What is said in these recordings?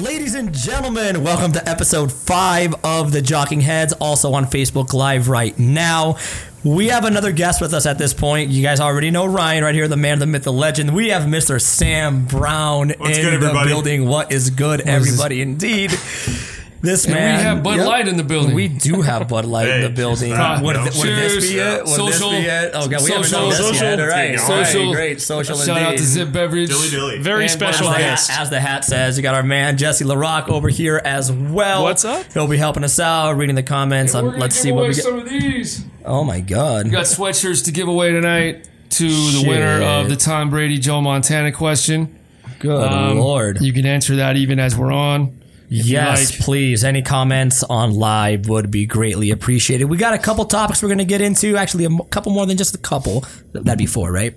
Ladies and gentlemen, welcome to episode five of the Jocking Heads, also on Facebook Live right now. We have another guest with us at this point. You guys already know Ryan right here, the man, the myth, the legend. We have Mr. Sam Brown What's in good, the everybody? building. What is good, everybody? Indeed. This And man. we have Bud Yep. Light in the building. We do have Bud Light in Hey, the building. uh, would, no. th- would this Cheers. be it? Would Social- this be it? Oh, God, we haven't social- done this yet. social- All right. There you go. All Social- right, Great. Social Shout out indeed. to Zip Beverage. Dilly dilly. Very And special Bud Light. As guest. the, as the hat says, you got our man Jesse LaRock over here as well. What's up? He'll be helping us out, reading the comments. Um, We're gonna let's give see what away we get. Some of these. Oh my God! We got sweatshirts to give away tonight to the winner of the Tom Brady Joe Montana question. Good Um, Lord! You can answer that even as we're on. Yes, like. please. Any comments on live would be greatly appreciated. We got a couple topics we're going to get into. Actually, a m- couple more than just a couple. That'd be four, right?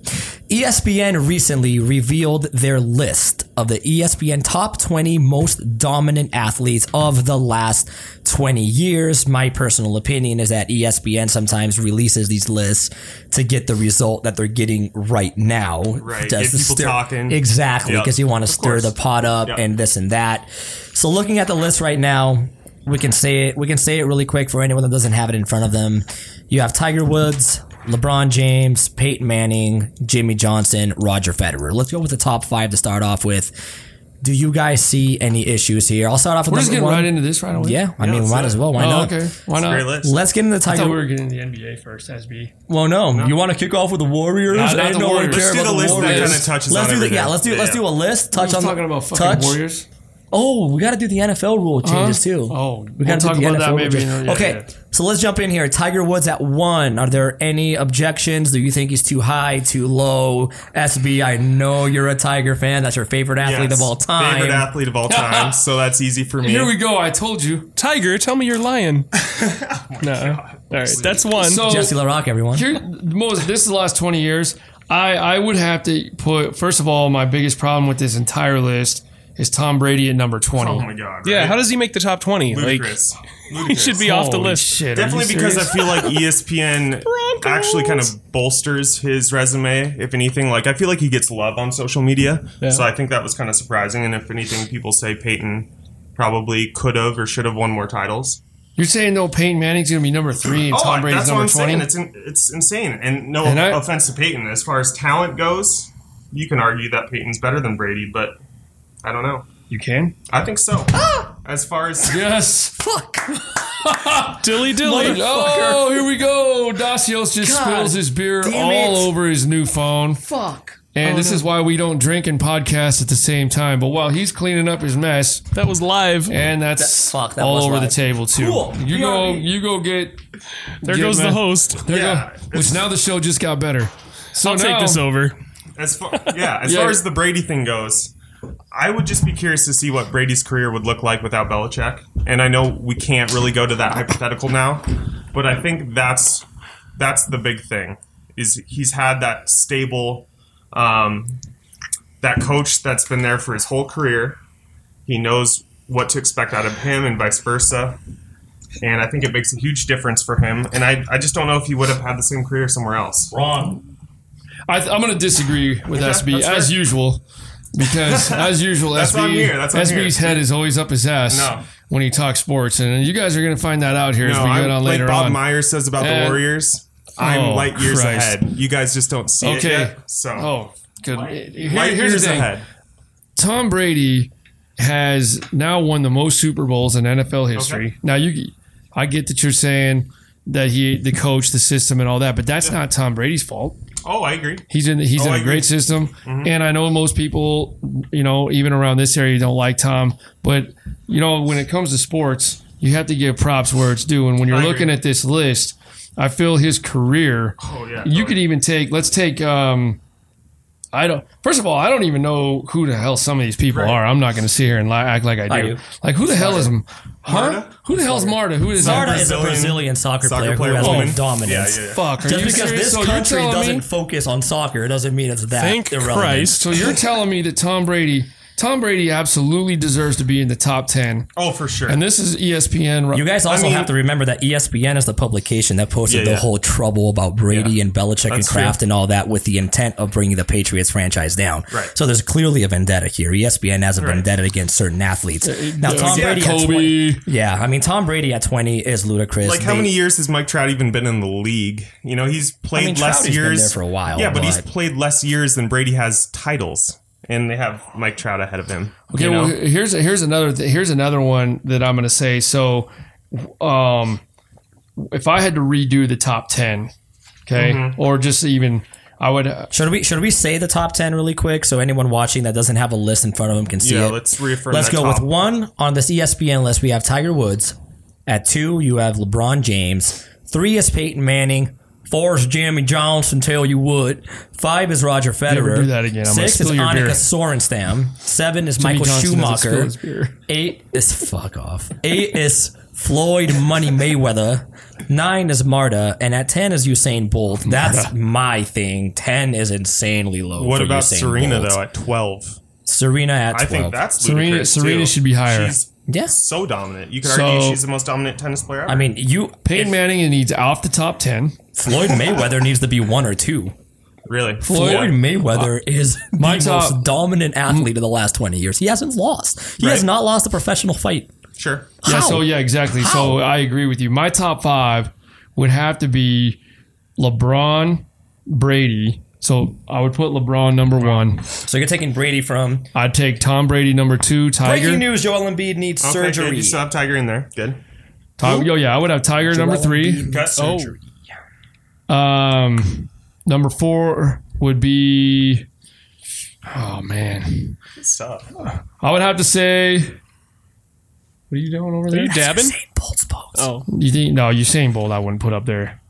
E ESPN recently revealed their list of the E ESPN top 20 most dominant athletes of the last 20 years. My personal opinion is that E ESPN sometimes releases these lists to get the result that they're getting right now. Just Right, get to people stir- talking. Exactly, Yep. because you want to stir course. the pot up Yep. and this and that. So looking at the list right now, we can say it. We can say it really quick for anyone that doesn't have it in front of them. You have Tiger Woods, LeBron James, Peyton Manning, Jimmy Johnson, Roger Federer. Let's go with the top five to start off with. Do you guys see any issues here? I'll start off with We're the just number getting one. right into this right away. yeah, I mean, let's might do as it. well. Why Oh, not? okay. Why not? Great list. Let's get into the I Tiger. thought we were getting the NBA first, SB. Well, no. You want to kick off with the Warriors? Not- not Ain't the no one Warriors. care Let's do about the list that Warriors. kinda touches let's on do the, Yeah, everything. let's do Yeah, let's yeah. do a list. Touch I'm on the- talking about fucking touch. Warriors. Oh, we got to do the NFL rule changes Uh-huh. too. Oh, we got to we'll talk about that maybe in- yeah, okay, yeah. so let's jump in here. Tiger Woods at one. Are there any objections? Do you think he's too high, too low? SB, I know you're a Tiger fan. That's your favorite athlete Yes. of all time. Favorite athlete of all time. so that's easy for me. Here we go. I told you. Oh Tiger, tell me you're lying. no. All right, that's one. So Jesse LaRock, everyone. here, most this is the last 20 years. I, I would have to put, first of all, my biggest problem with this entire list is Tom Brady at number 20. Oh my god. yeah, right? how does he make the top 20? ludicrous? Like, he should be off the Holy list. Shit, are you Definitely because I serious? feel like E ESPN Broncos. actually kind of bolsters his resume, if anything. Like I feel like he gets love on social media, so I think that was kind of surprising. And if anything, people say Peyton probably could have or should have won more titles. You're saying no Peyton Manning's gonna be number three and Tom I- Brady's Oh, that's what number I'm saying. twenty. It's in, it's insane. And no And I- offense to Peyton, as far as talent goes, you can argue that Peyton's better than Brady, but I don't know. You can? I think so. As far as Yes. Fuck. Dilly dilly. Oh, here we go. Dacios just God spills his beer damn all it. over his new phone. Fuck. And this is why we don't drink and podcast at the same time. But while he's cleaning up his mess, That was live. and that's That- fuck, that all was over live. the table too. Cool. You go BRB. you go get There Yeah, goes man. the host. there you Yeah, go. Which it's- now the show just got better. So I'll now- take this over. as far yeah, as Yeah. far as the Brady thing goes, I would just be curious to see what Brady's career would look like without Belichick. And I know we can't really go to that hypothetical now, but I think that's that's the big thing. Is he's had that stable um, that coach that's been there for his whole career. He knows what to expect out of him and vice versa. And I think it makes a huge difference for him. And I, I just don't know if he would have had the same career somewhere else. Wrong. I th- I'm going to disagree with Okay, SB that's fair. as usual because as usual That's SB why I'm here, that's why I'm SB's head is always up his ass No. when he talks sports and you guys are going to find that out here as No, we I'm, get on like later Bob on. Meyer says about Eh. the Warriors, I'm Oh, light years Christ. ahead. You guys just don't see Okay. it yet. So oh, good. Here- light here's the years thing. ahead. Tom Brady has now won the most Super Bowls in NFL history. Now you, I get that you're saying that he, the coach, the system, and all that, but that's not Tom Brady's fault. Oh, I agree. He's in he's Oh, I in Mm-hmm. a agree. great system, and I know most people, you know, even around this area, don't like Tom. But you know, when it comes to sports, you have to give props where it's due. And when you're I agree. looking at this list, I feel his career. Oh yeah. You could even take. Let's take. um I don't. First of all, I don't even know who the hell some of these people Right. are. I'm not going to sit here and lie, act like I do. I do. Like who the hell is huh? Marta? Who the hell's Marta? Who is Marta that? is a Brazilian- Brazilian soccer, soccer player, player who has woman. been dominant. Yeah, yeah, yeah. Fuck. Are Just you because serious? this So you're country telling me- doesn't focus on soccer, it doesn't mean it's that Thank irrelevant. Christ. So you're telling me that Tom Brady Tom Brady absolutely deserves to be in the top 10. Oh, for sure. And this is E ESPN. You guys also mean- have to remember that E ESPN is the publication that posted Yeah, the yeah. whole trouble about Brady Yeah. and Belichick and That's Kraft and all that with the intent of bringing the Patriots franchise down. Right. So there's clearly a vendetta here. E ESPN has a vendetta against certain athletes. Now Tom yeah, Brady, at 20, Kobe. yeah, I mean Tom Brady at 20 is ludicrous. like how They- many years has Mike Trout even been in the league? You know, he's played mean, less Trout has been years there for a while, Yeah, but, he's but- played less years than Brady has titles, and they have Mike Trout ahead of him. Okay, you know? well here's here's another th- here's another one that I'm going to say. So, um, if I had to redo the top ten, okay, Mm-hmm. or just even I would uh, Should we should we say the top 10 really quick so anyone watching that doesn't have a list in front of them can see yeah, it? let's reaffirm. Let's that go top. with one on this E ESPN list. We have Tiger Woods. At two, you have LeBron James. Three is Peyton Manning. Four is Jimmy Johnson. Tell you what. Five is Roger Federer. do that again, I'm gonna Six is spill your Annika beer. Sorenstam. Seven is Michael Johnson doesn't spill Schumacher. his beer. Eight is fuck off. Eight is Floyd Money Mayweather. Nine is Marta, and at ten is Usain Bolt. That's my thing. Ten is insanely low. What for about Usain Serena Bolt. though? At twelve, Serena at I twelve. think that's Serena- ludicrous, Serena too. should be higher. She's Yeah. so dominant. You could So- argue she's the most dominant tennis player. Ever. I mean, you Peyton Manning needs off the top ten. Floyd Mayweather needs to be one or two. really, Floyd Yeah. Uh, Mayweather is my the top- most dominant athlete of the last 20 years. He hasn't lost. He has Right. not lost a professional fight. Sure. Yeah, How? so yeah, exactly. How? So I agree with you. My top five would have to be LeBron, Brady. So I would put LeBron number one. So you're taking Brady from I'd take Tom Brady number two. Tiger. breaking news: Joel Embiid needs Okay, good. surgery. You still have Tiger in there. Good. Ti- oh yeah, I would have Tiger number Joel three. Embiid needs Oh. surgery. Um, number four would be. Oh man, It's tough. I would have to say. What are you doing over there? you dabbing? Usain Bolt's balls. Oh, You think no? Usain Bolt, I wouldn't put up there.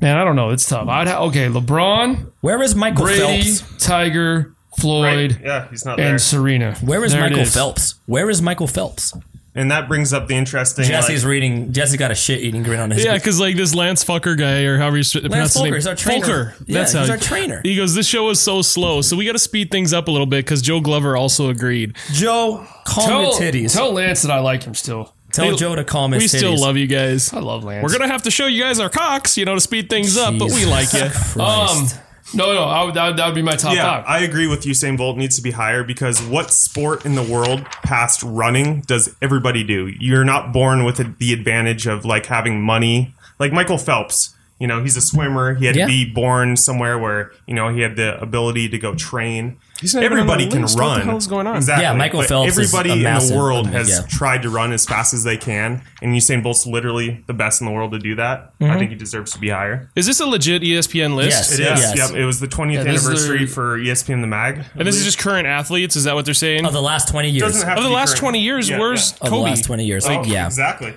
Man, I don't know. It's tough. I'd ha- okay. LeBron, Where is Michael Brady, Phelps? Tiger, Floyd, Right. Yeah, he's not there. and Serena. Where is There it Michael Phelps? Where is Michael Phelps? And that brings up the interesting. Jesse's like, reading. Jesse got a shit eating grin on his. yeah, because like this Lance Fucker guy or however you sp- pronounce his Fulker name, is our trainer. Fulker. Yeah, That's he's how our trainer. He goes, "This show was so slow, so we got to speed things up a little bit." Because Joe Glover also agreed. Joe, calm Tell, your titties. Tell, tell Lance that I like him still. Hey, Joe to calm his We titties. still love you guys. I love Lance. We're gonna have to show you guys our cocks, you know, to speed things up, but we like you. um. Christ. No, no, I would, that, would, that would be my top yeah, five. I agree with you. Usain Bolt needs to be higher because what sport in the world past running does everybody do? You're not born with the advantage of like having money. Like Michael Phelps, you know, he's a swimmer. He had Yeah. to be born somewhere where you know he had the ability to go train. He's not even on everybody the can list. What run. the hell's going on? Exactly. Yeah, Michael But Phelps is Everybody a in massive- the world um, has yeah. tried to run as fast as they can, and Usain Bolt's literally the best in the world to do that. Mm-hmm. I think he deserves to be higher. Is this a legit E ESPN list? Yes. It is. Yes. Yep. It was the 20th this is anniversary their- for E ESPN the Mag. And this is just current athletes. Is that what they're saying? of the last 20 years. doesn't have Oh. to Of the be last current. 20 years, Yeah, where's of the Kobe? last 20 years. yeah. Oh, Like, yeah. exactly.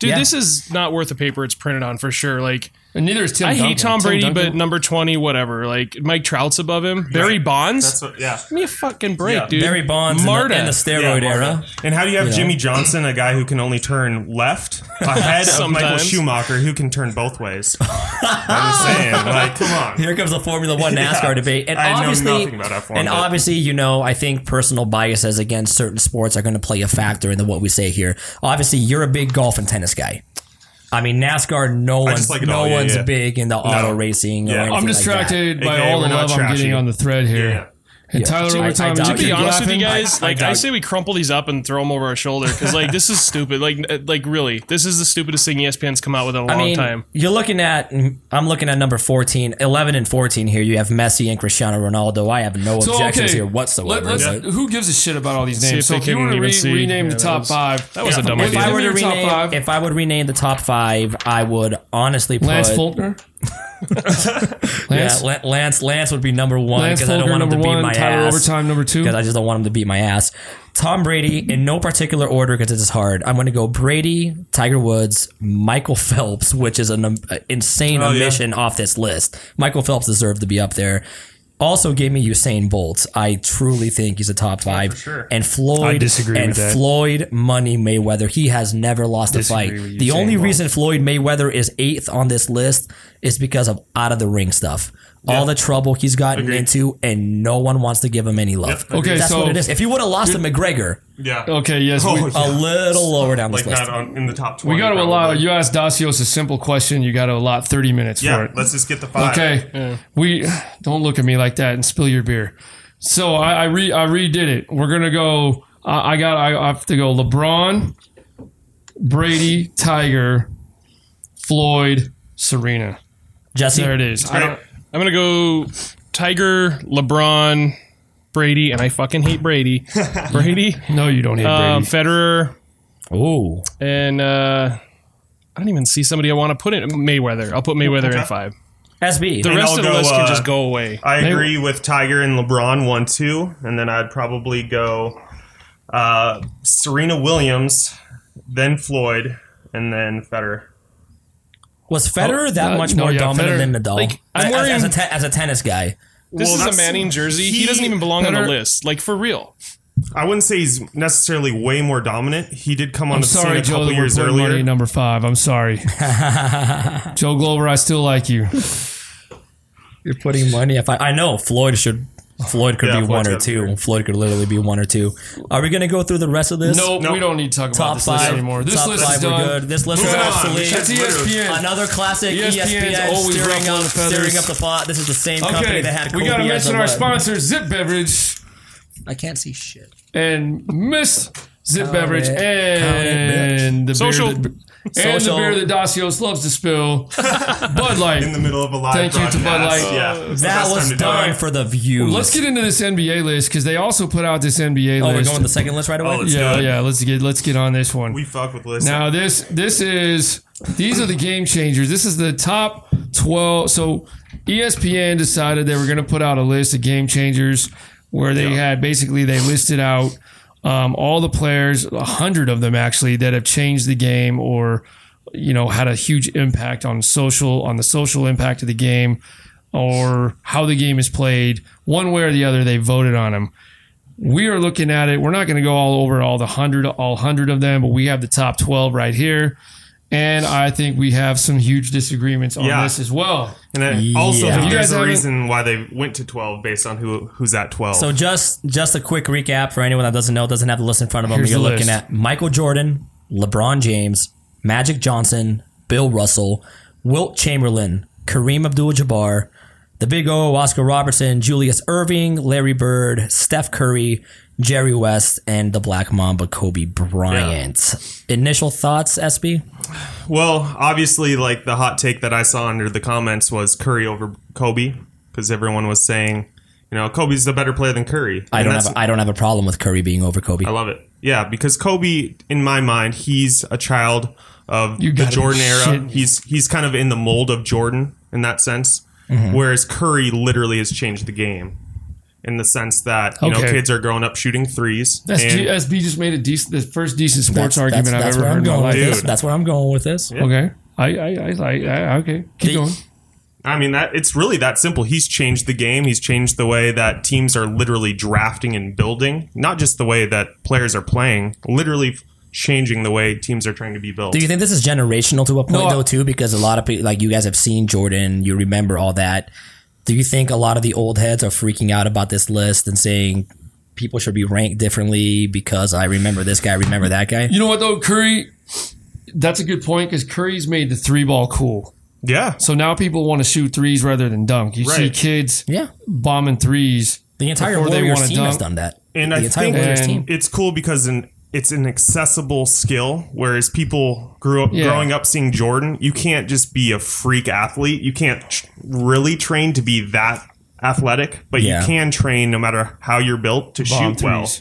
Dude, Yeah. this is not worth the paper it's printed on for sure. Like, and neither is Tim. I Duncan. hate Tom Tim Brady, Duncan- but number 20, whatever. Like, Mike Trout's above him. Barry Bonds? That's what, yeah. Give me a fucking break, Yeah. dude. Barry Bonds in the- Marta. in the Yeah, steroid Marvin. era. And how do you have Jimmy Johnson, a guy who can only turn left, ahead of Michael Sometimes. Schumacher, who can turn both ways? I'm just saying, like, come on. Here comes the Formula One Yeah. NASCAR debate, and I know obviously, nothing about F1, and but- obviously, you know, I think personal biases against certain sports are going to play a factor into what we say here. Obviously, you're a big golf and tennis guy. I mean, NASCAR, no one's like it no all, yeah, one's yeah. big into auto racing. Or Yeah. anything I'm like distracted by AKA, all the we're not love I'm trashy. getting on the thread here. Yeah. And Tyler, I- I we're talking. doubt you it. to be keep honest with you laughing. guys, I- I like doubt I it. say, we crumple these up and throw them over our shoulder because like this is stupid. Like, uh, like really, this is the stupidest thing E ESPN's come out with in a I long mean, time. you're looking at. I'm looking at number 14, 11 and 14 here. You have Messi and Cristiano Ronaldo. I have no So, objections okay, here whatsoever. Let, us but- Who gives a shit about all these See names? if So they if you can were to even re- see. rename Yeah, the that top was- five, that was a dumb if if idea. I were to Give me your top rename, five. if I would rename the top five, I would honestly put Lance Faulkner, Yeah, Lance, La- Lance Lance would be number one Lance because I don't Faulkner want him number to beat one, my Tyler ass. Overtime number two. Because I just don't want him to beat my ass. Tom Brady in no particular order because this is hard. I'm going to go Brady, Tiger Woods, Michael Phelps, which is an um, insane Oh, yeah. omission off this list. Michael Phelps deserved to be up there. Also gave me Usain Bolt. I truly think he's a top five. sure. And Floyd disagree and with that. Floyd Money Mayweather. He has never lost a Disagree fight. with The Usain only Bolt. reason Floyd Mayweather is eighth on this list is because of out of the ring stuff. all the trouble he's gotten Agreed. into, and no one wants to give him any love. Yep. Okay, that's so- what it is. If he would have lost to McGregor, Yeah. Okay, yes. Oh, we, a yeah. little lower down this Like list. not on, in the top twenty. we got to probably. allow, you asked Dacios a simple question, you got to allot 30 minutes for Yeah, it. let's just get the five. Okay. We don't look at me like that and spill your beer. So I, I re I redid it. We're gonna go. I, I got. I, I have to go. LeBron, Brady, Tiger, Floyd, Serena. Jesse, There it is. I don't, Right. I'm gonna go Tiger, LeBron, Brady, and I fucking hate Brady. Brady, no, you don't hate um, Brady. Federer, ooh, and uh, I don't even see somebody I want to put in Mayweather. I'll put Mayweather in Okay. five. SB, The rest I'll of the go, list uh, can just go away. I They- agree with Tiger and LeBron one two, and then I'd probably go uh, Serena Williams, then Floyd, and then Federer. was Federer Oh, that uh, much no, more yeah, dominant Federer- than Nadal? like, I'm as, worrying- as, a te- as a tennis guy. This Well, is that's- a Manning jersey. He, he- doesn't even belong on the Federer- list. Like for real. I wouldn't say he's necessarily way more dominant. He did come on I'm the scene sorry, a Joe. couple That we're years putting earlier. money at number five. I'm sorry, Joe Glover. I still like you. You're putting money. If I, I know Floyd should. Floyd could Yeah, be Floyd's one or gotta be two. there. Floyd could literally be one or two. Are we going to go through the rest of this? Nope, Nope. we don't need to talk about Top this five list anymore. This top list five, is we're done. E good. This list Moving is on. obsolete. That's ESPN. Another classic E ESPN, ESPN's always stirring, ruffling up, the feathers. stirring up the pot. This is the same company Okay, that had we Kobe got to as mention a our lead. sponsor, Zip Beverage. I can't see shit. and Miss Zip Beverage it. and the Social- beer that, and Social- the beer that Dacios loves to spill, Bud Light. in the middle of a live Thank you to Bud broadcast. Light. Yeah, it's the That best was time to do done it. for the views. Let's get into this NBA list because they also put out this NBA Oh, we're list. going to the second list right away. let's- yeah, do it. yeah. Let's get let's get on this one. We fuck with lists. Now this this is these are the game changers. This is the top twelve. So E ESPN decided they were going to put out a list of game changers where they had basically they listed out um, all the players, a hundred of them actually that have changed the game or you know had a huge impact on social on the social impact of the game or how the game is played. One way or the other, they voted on them we are looking at it. We're not going to go all over all the hundred, all hundred of them, but we have the top twelve right here, and I think we have some huge disagreements on Yeah. this as well. and then also, Yeah. You guys there's a haven't- reason why they went to twelve based on who who's at twelve. So just just a quick recap for anyone that doesn't know, doesn't have the list in front of them. Here's You're the looking list. at Michael Jordan, LeBron James, Magic Johnson, Bill Russell, Wilt Chamberlain, Kareem Abdul-Jabbar, the Big O, Oscar Robertson, Julius Irving, Larry Bird, Steph Curry, Jerry West, and the Black Mamba, Kobe Bryant. Initial thoughts, SB? Well, obviously, like the hot take that I saw under the comments was Curry over Kobe because everyone was saying, you know, Kobe's the better player than Curry. I And don't that's- have a, I don't have a problem with Curry being over Kobe. I love it. Yeah, because Kobe, in my mind, he's a child of You the gotta be Jordan era. shitting me. He's he's kind of in the mold of Jordan in that sense. Mm-hmm. Whereas Curry literally has changed the game in the sense that you know Okay. kids are growing up shooting threes. That's and- G- SB just made a decent, the first decent sports argument that's, that's I've ever where heard I'm in my going with life. this. Dude. That's where I'm going with this. Okay, I, I, I, I, I okay, keep The- going. I mean that it's really that simple. He's changed the game. He's changed the way that teams are literally drafting and building, not just the way that players are playing. Literally f- changing the way teams are trying to be built. Do you think this is generational to a point No, I- though too? Because a lot of people, like you guys, have seen Jordan. You remember all that. Do you think a lot of the old heads are freaking out about this list and saying people should be ranked differently because I remember this guy, I remember that guy? You know what though, Curry. That's a good point because Curry's made the three ball cool. yeah, So now people want to shoot threes rather than dunk. You see Right. kids Yeah, bombing threes. the entire Before they Warriors wanna team has dunk. done that. and the I entire think Warriors team. it's cool because an, it's an accessible skill. Whereas people grew up Yeah. growing up seeing Jordan, you can't just be a freak athlete. You can't tr- really train to be that athletic, but Yeah. you can train no matter how you're built to Bomb shoot well. threes.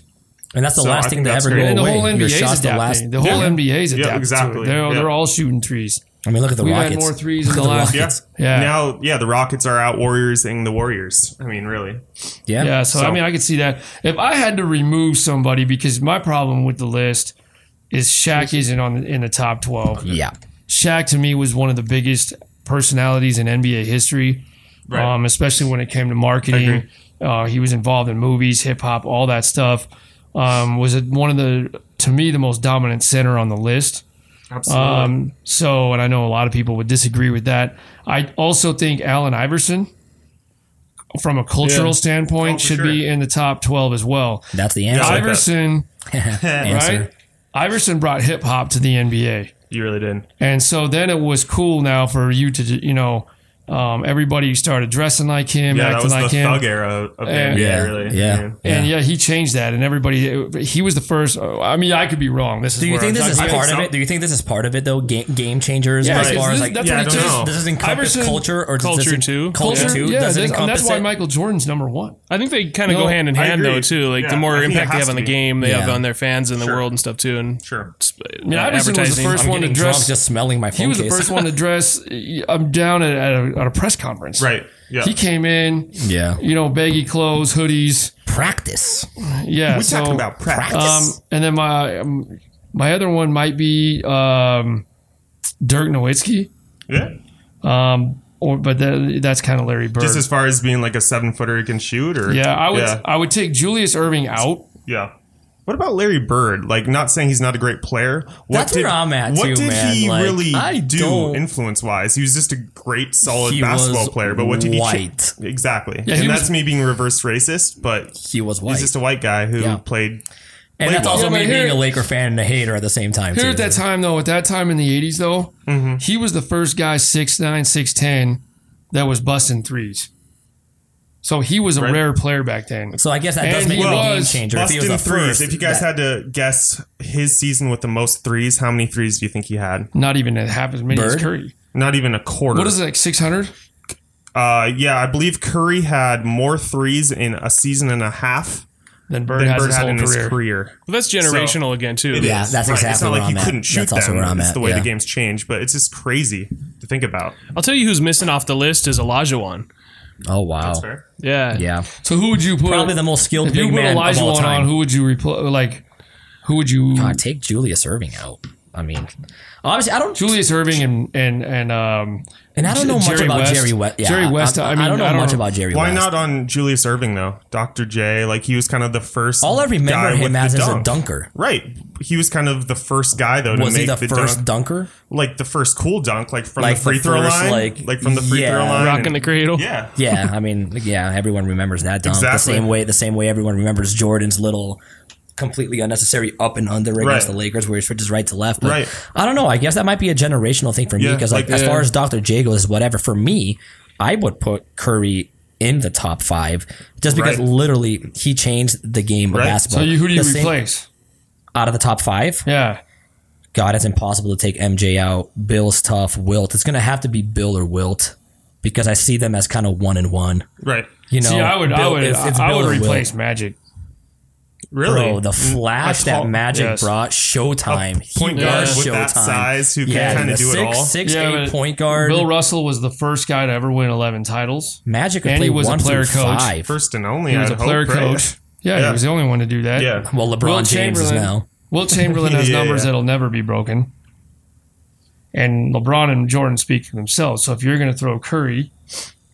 And that's the So I last think thing that that's ever great. go And the away. whole Oh, Your NBA's shot's the last. adapting. The whole NBA's adapting. exactly. They're, Yeah. they're all shooting threes. I mean, look at the We've had Rockets. more threes in the Look at last- Yeah. Rockets. Yeah. Now, yeah, the Rockets are out Warriorsing the Warriors. I mean, really. Yeah. Yeah, so, I So- mean, I could see that. If I had to remove somebody, because my problem with the list is Shaq isn't on in the top twelve. yeah. Shaq to me was one of the biggest personalities in NBA history, Right. um, especially when it came to marketing. Uh, he was involved in movies, hip hop, all that stuff. Um, was it one of the to me the most dominant center on the list? Absolutely. Um, so, and I know a lot of people would disagree with that. I also think Allen Iverson from a cultural Yeah. standpoint, Oh, for should be sure. in the top twelve as well. That's the answer. I like that. Iverson, Answer. right? Iverson brought hip hop to the NBA. You really did. And so then it was cool now for you to, you know, um, everybody started dressing like him, Yeah, that acting was like the him. thug era of the Yeah. NBA, Yeah, really. yeah. And yeah, he changed that, and everybody. uh, He was the first. uh, I mean, I could be wrong. This is. Do you where think I'm this is talking- think part of so. it? Do you think this is part of it though? Game, game changers, Yeah, as because far as this- like that's Yeah, what I he don't changed. know. does this encompass Iverson- culture or does culture this, too. Culture, Culture, too. yeah, does it this- and encompass that's why it? Michael Jordan's number one. I think they kind of go No, hand in I hand though agree. too. Like the Yeah, I more think it impact they has have on to the be. game, they have Yeah. on their fans and the Sure. world and stuff too, and Sure. I mean, Iverson was the advertising. first I'm one to getting dress- drunk just smelling my phone He was the case. first one to dress. uh, I'm down at, at, a, at a press conference. Right. Yeah. He came in, yeah. you know, baggy clothes, hoodies. Practice. Yeah. we so, talking about practice. Um, and then my um, my other one might be um, Dirk Nowitzki, yeah. um, or but that, that's kind of Larry Bird. Just as far as being like a seven footer who can shoot, or yeah, I would Yeah. I would take Julius Irving out. yeah. What about Larry Bird? Like, not saying he's not a great player. What That's did, where I'm at What too, did man. he Like, really I do don't- influence wise? He was just a great, solid He basketball was player. But what did he? cha- white. Exactly. Yeah, he and was- that's me being reverse racist. But He was white. he's just a white guy who Yeah. played. and that's Playboy. also Yeah, me but being here- a Laker fan and a hater at the same time. Here too. at that time though, at that time in the '80s though, Mm-hmm. he was the first guy six nine six ten that was busting threes. So he was a Right. rare player back then. so I guess that does And make he him a game was changer. If he was Busting the threes. first, If you guys that- had to guess his season with the most threes, how many threes do you think he had? Not even half as many Bird? as Curry. Not even a quarter. What is it, like six hundred? Uh, yeah, I believe Curry had more threes in a season and a half Then Bird than has Bird his had whole in his career. career. Well, that's generational again too. It Yeah, is, that's It's exactly not where like I'm you at. couldn't shoot That's also them. where I'm it's at, the way yeah. the game's changed, but it's just crazy to think about. I'll tell you who's missing off the list is Olajuwon. oh wow, Fair. Yeah, yeah, So who would you put? probably the most skilled if you big put man of Elijah all one time. on, who would you repl- like? Who would you? God, take Julius Irving out. I mean, obviously, I don't. Julius Irving and and and um. and I don't know much Jerry about West. Jerry West. Yeah, Jerry West, I mean, don't know I don't much know- about Jerry Why West. not on Julius Irving though? Dr. J, like he was kind of the first. All I remember guy with him the as is a dunk. dunker. Right, he was kind of the first guy though to Was he make the, first dunk, dunker? like the first cool dunk, like from Like the free the throw first, line, like- like, from the free yeah. throw line, rocking and- the cradle. yeah, Yeah, I mean, yeah, everyone remembers that dunk the Exactly. same way. The same way everyone remembers Jordan's little, completely unnecessary up and under against Right. the Lakers, where he switches right to left. But Right. I don't know. I guess that might be a generational thing for me Yeah, because, like, like, as yeah. far as Dr. J goes, whatever. For me, I would put Curry in the top five just because Right. literally he changed the game Right. of So basketball. you, who do you The same- replace? out of the top five? Yeah, God, it's impossible to take MJ out. Bill's tough. Wilt. It's gonna have to be Bill or Wilt because I see them as kind of one and one. right, You know, See, I would, I Bill- would, it's- it's I Bill would or Wilt. replace Magic. really, Bro, the flash that tall- Magic yes. brought, Showtime. He point was guard with Showtime. that size who can yeah, kind the of do six, it all. six, Yeah, eight but point guard. Bill Russell was the first guy to ever win eleven titles. Magic could and play he was a one player through coach. five. First and only, He was I'd a player hope, right? coach. Yeah, Yeah. he was the only one to do that. Yeah, well, LeBron Will James is Chamberlain. now. Will Chamberlain has Yeah, numbers yeah. that'll never be broken. And LeBron and Jordan speak for themselves. So if you're going to throw Curry,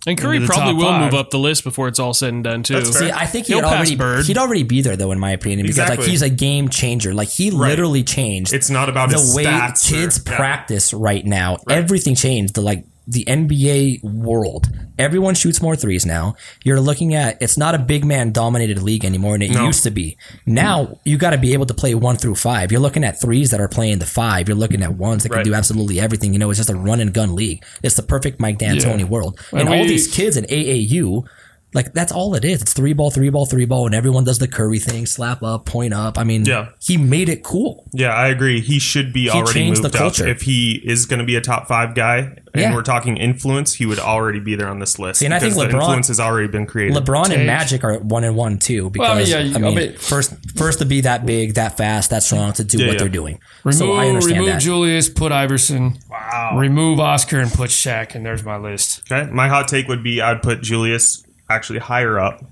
And Curry Into the probably top will five. move up the list before it's all said and done too. That's fair. See, I think he'd He'll pass already Bird. he'd already be there though, in my opinion, because like Exactly. he's a game changer. Like he literally changed. It's not about the his way stats or- kids yeah. practice right now. Everything changed. The like the NBA world. Everyone shoots more threes now. You're looking at it's not a big man dominated league anymore, and it No. used to be. Now you got to be able to play one through five. You're looking at threes that are playing the five. You're looking at ones that can Right. do absolutely everything. You know, it's just a run and gun league. It's the perfect Mike D'Antoni world, and all we- these kids in AAU. Like that's all it is. It's three ball, three ball, three ball, and everyone does the Curry thing, slap up, point up. I mean, Yeah. he made it cool. Yeah, I agree. He should be already changed the moved up. culture. If he is going to be a top five guy, and Yeah. we're talking influence, he would already be there on this list. and I because think the LeBron- influence has already been created. LeBron Tage. and Magic are one and one too because Well, yeah, you- I I mean, mean- first first to be that big, that fast, that strong, to do what yeah. they're doing. remove, so I understand remove that. Julius, put Iverson, wow. remove Oscar, and put Shaq, and there's my list. okay, my hot take would be I'd put Julius actually higher up.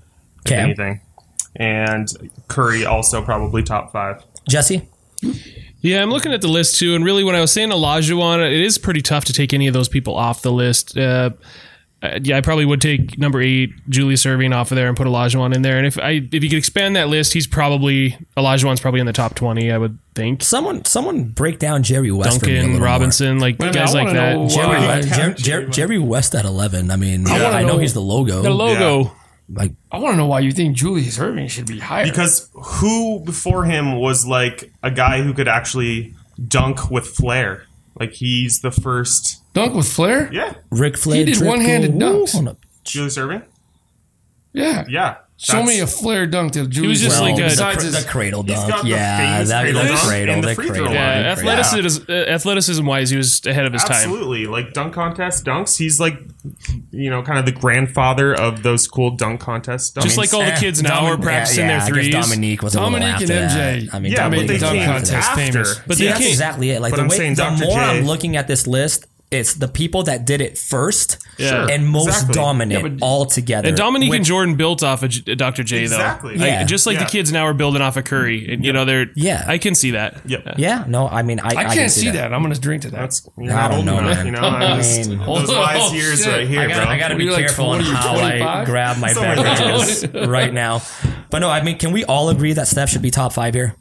If Okay. anything, and Curry also probably top five. Jesse, Yeah, I'm looking at the list too, and really, when I was saying Olajuwon, it is pretty tough to take any of those people off the list. Uh, uh, yeah, I probably would take number eight, Julius Serving off of there and put Olajuwon in there. And if I if you could expand that list, he's probably Olajuwon's probably in the top twenty, I would think. Someone, someone break down Jerry West. for me a Duncan little more. Robinson, like Wait a guys minute, like I that. wanna know Jerry, why- West- Jer- Jer- Jerry West at eleven. I mean, I, wanna know know he's the logo. the logo. like I want to know why you think Julius Irving should be higher. Because who before him was like a guy who could actually dunk with flair? Like he's the first. dunk with flair. Yeah, Rick Flair. did triple, one-handed dunks. on a- Julius Irving. Yeah. Yeah, Show me a that's- flair dunk that Julius. was just Well, like a- the, besides cr- his, the cradle He's dunk. got the yeah, famous that, cradle the dunk cradle, and the, the free throw cradle. line. Yeah, the cradle. athleticism, uh, athleticism wise, he was ahead of his time. Absolutely. Like dunk contest dunks, he's like, you know, kind of the grandfather of those cool dunk contest dunks. Just like all the Eh, kids now Domin- are practicing yeah, their yeah, threes. I guess Dominique was Dominique a and little after MJ. That. I mean, yeah, but Dominique they was a little came after that. contest after. famous. But See, they that's can't. exactly it. Like But the, I'm way, saying the Dr. more J. I'm looking at this list, it's the people that did it first Yeah. and most Exactly. dominant Yeah, but- all together. And Dominique which- and Jordan built off of J- Dr. J, though. Exactly. Like, Yeah. Just like Yeah. the kids now are building off of Curry. And, you know, they're. Yeah. I can see that. Yep. Yeah, no, I mean, I, I can can't see that. I'm gonna drink to that. That's you're I not don't old know, enough, man. you know. I'm just, those Oh, wise years shit. right here, I gotta, bro. I gotta What be are you, like, careful on 40, how 25? I grab my Somewhere around beverages right now. But no, I mean, can we all agree that Steph should be top five here?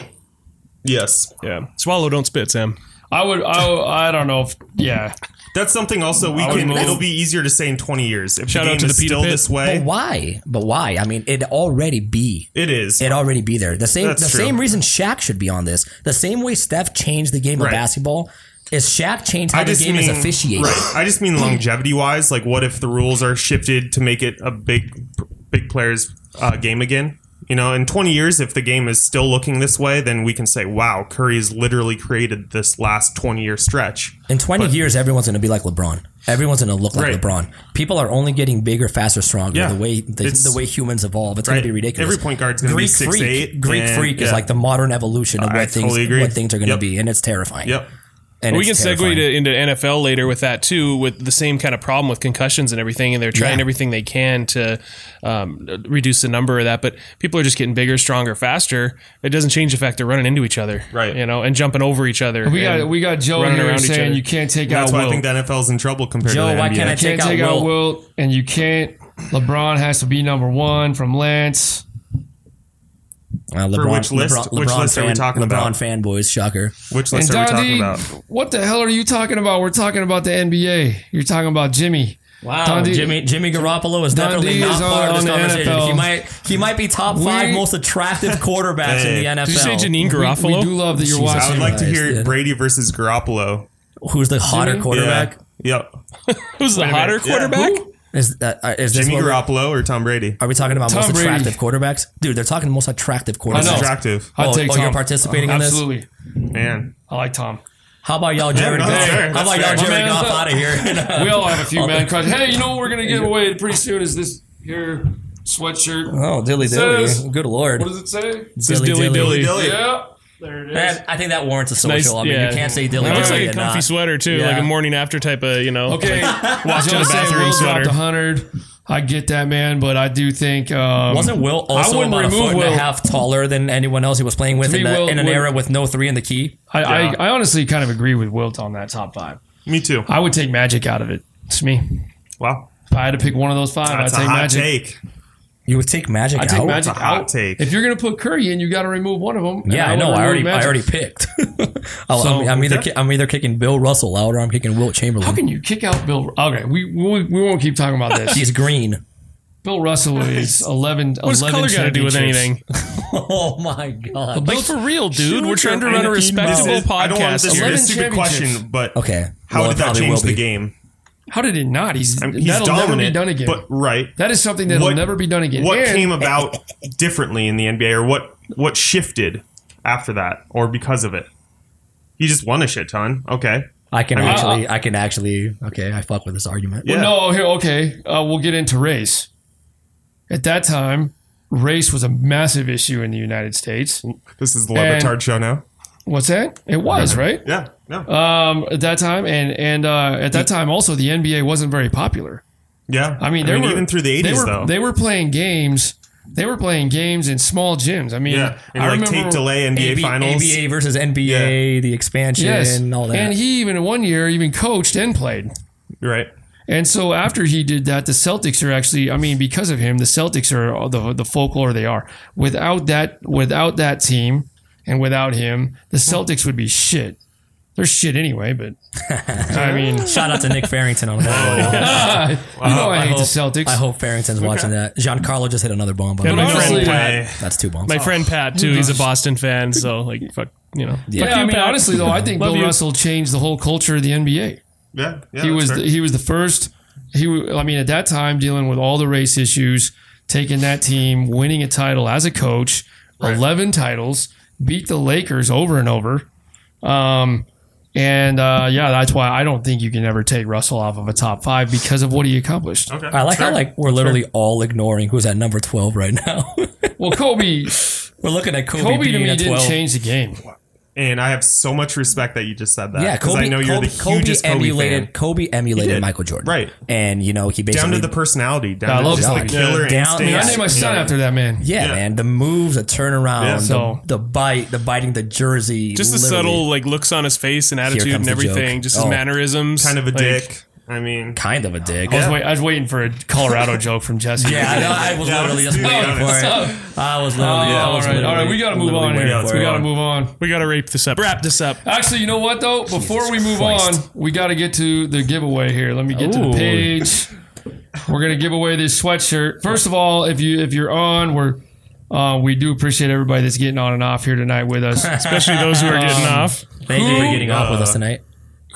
Yes, Yeah. Swallow, don't spit, Sam. I would. I, would- I don't know. if Yeah. that's something. Also, we would can. move- It'll be easier to say in 20 years if Shout the game out to is the Peter still Pitt. this But way. why? But why? I mean, it already be. It is. It already be there. The same. That's the true. same reason Shaq should be on this. The same way Steph changed the game Right. of basketball is Shaq changed how I the just game mean is officiated. Right. I just mean longevity wise. Like, what if the rules are shifted to make it a big, big players uh, game again? You know, in 20 years, if the game is still looking this way, then we can say, "Wow, Curry has literally created this last 20 year stretch." In 20 years, everyone's going to be like LeBron. Everyone's going to look like Right. LeBron. People are only getting bigger, faster, stronger. Yeah. The way the, It's- the way humans evolve, it's going Right. to be ridiculous. Every point guard's gonna be Greek 6'8", freak. Greek and- freak is yeah. like the modern evolution of I what things totally agree. what things are going to Yep. be, and it's terrifying. Yep. And But we can it's segue terrifying. to, into NFL later with that too, with the same kind of problem with concussions and everything, and they're trying Yeah. everything they can to um, reduce the number of that. But people are just getting bigger, stronger, faster. It doesn't change the fact they're running into each other, Right. You know, and jumping over each other. We got and- we got Joe running here around each saying other. you can't take That's out why Wilt. I think the NFL's in trouble compared Joe, to the why NBA. can't I take, can't take out Wilt, and you can't. LeBron has to be number one from Lance. Uh, LeBron, which list- LeBron, which LeBron list are we fan- talking LeBron about? fanboys, shocker. Which And list are we talking Dondi, about? what the hell are you talking about? We're talking about the NBA. You're talking about Jimmy. Wow, Dundee- Jimmy Jimmy Garoppolo is Dundee definitely is not part of on- this on the conversation. NFL. He might he might be top five We- most attractive quarterbacks Hey. in the NFL. Did you say Janine We, we Garofalo? do love that you're Jesus. I watching. would like to Nice, hear yeah. Brady versus Garoppolo. Who's the hotter Jimmy? quarterback? Yeah. Yep. Who's the minute. hotter Yeah. quarterback? Is that uh, is this Jimmy what we're- Garoppolo or Tom Brady? Are we talking about Tom most Brady. attractive quarterbacks? Dude, they're talking most attractive quarterbacks. know. Attractive. I'll Oh, take oh, Tom. you're participating in this? Absolutely. Man. I like Tom. How about y'all, Jared no, Goff? that's fair, How that's about y'all, fair. Jared Man, Goff, that's- out of here? We all have a few man crushes. Hey, you know what we're gonna give away pretty soon is this here sweatshirt. oh, dilly Says- dilly. Good lord. What does it say? This is dilly dilly. Yeah, there it is. Man, I think that warrants a social. Nice- I mean, yeah. you can't say dilly It dilly. looks like a and comfy not- sweater too, Yeah. like a morning after type of you know. Okay, Walk to the Joe said bathroom Will sweater. dropped hundred. I get that, man, but I do think um, Wasn't Will I also wouldn't about a remove foot and Will. a half taller than anyone else he was playing with To in, me, a- Will in an would- era with no three in the key? I, Yeah. I, I honestly kind of agree with Wilt on that top five. Me too. I would take Magic out of it. It's me. Wow. If I had to pick one of those five, That's I'd a take hot Magic. take. You would take Magic I'd take out? Magic a hot out. take. If you're gonna put Curry in, you got to remove one of them. Yeah, I know. would I remove already, I already Magic. picked. Oh, I'm, I'm either, okay. ki- I'm either kicking Bill Russell out or I'm kicking Wilt Chamberlain. How can you kick out Bill? Okay, we we, we won't keep talking about this. He's green. Bill Russell is 11. What's color got to do with anything? Oh my god. Like for real, dude. Shoot We're trying to run a your MVP. respectable This is- I don't want podcast this to be here. a 11 stupid question, championships. but Okay. how Well, it did that probably change will the be. game? How did it not? He's, I mean, he's that'll dominant, never be done again. But right, that is something that'll What- never be done again. what And came about differently in the NBA, or what what shifted after that, or because of it? He just won a shit ton. Okay, I can I mean- actually, I can actually. Okay, I fuck with this argument. Yeah. Well, no, here, okay. Uh, we'll get into race. At that time, race was a massive issue in the United States. this is the Levitard show now. Uh, What's that? It was right Yeah, no, um, at that time, and and uh, at that time also the NBA wasn't very popular. yeah. I mean, there were, even through the they eighties, were, though. they were playing games. They were playing games in small gyms. I mean, yeah, and I like remember tape delay NBA AB finals. ABA versus NBA, the expansion, Yes, all that. And he even one year even coached and played. Right. And so after he did that, the Celtics are actually, I mean, because of him, the Celtics are the, the folklore they are. Without that, without that team and without him, the Celtics would be shit. They're shit anyway, but I mean, Shout out to Nick Farrington on Oh, that. you know I, hate hope- the Celtics. I hope Farrington's watching that. Giancarlo just hit another bomb. By the Yeah, way. my friend honestly, Pat, That's two bombs. my friend Pat too. He's a Boston fan, so like fuck, you know. Yeah. yeah, I mean, Pat. honestly though, I think Love Bill you. Russell changed the whole culture of the NBA. Yeah, yeah. he that's was fair. the, he was the first. He wa- I mean at that time dealing with all the race issues, taking that team, winning a title as a coach, eleven titles, beat the Lakers over and over, um, and uh, yeah, that's why I don't think you can ever take Russell off of a top five because of what he accomplished. okay. I like how like we're literally all ignoring who's at number twelve right now. Well, Kobe, we're looking at Kobe, Kobe to being me at didn't twelve. change the game. And I have so much respect that you just said that. Yeah, because Kobe. I know you're Kobe, the hugest Kobe, emulated. fan. Kobe emulated Michael Jordan, Right. And you know he basically Down to the personality, down I to love just the Kobe. killer Yeah. instincts. Down- I mean, I named my son after that man. Yeah, Yeah. man. The moves, the turnaround, Yeah. the, So- the bite, the biting the jersey. Just the literally. subtle like looks on his face and attitude comes and the joke. everything, just his Oh. mannerisms. kind of a like, dick. I mean, kind of a dick. I was, wait, I was waiting for a Colorado joke from Jesse. Yeah, I, know, I was Yeah, literally just let's do it. waiting for Oh, it. I was literally. I all was right, all literally- right. We got to move literally on waiting here. for We it. got to move on. We gotta rape this up. Wrap this up. Actually, you know what though? Before we move Christ. on, we got to get to the giveaway here. Let me get to Ooh. the page. We're gonna give away this sweatshirt. First of all, if you if you're on, we're uh, we do appreciate everybody that's getting on and off here tonight with us. Especially those who are getting off. Thank you for getting off with us tonight.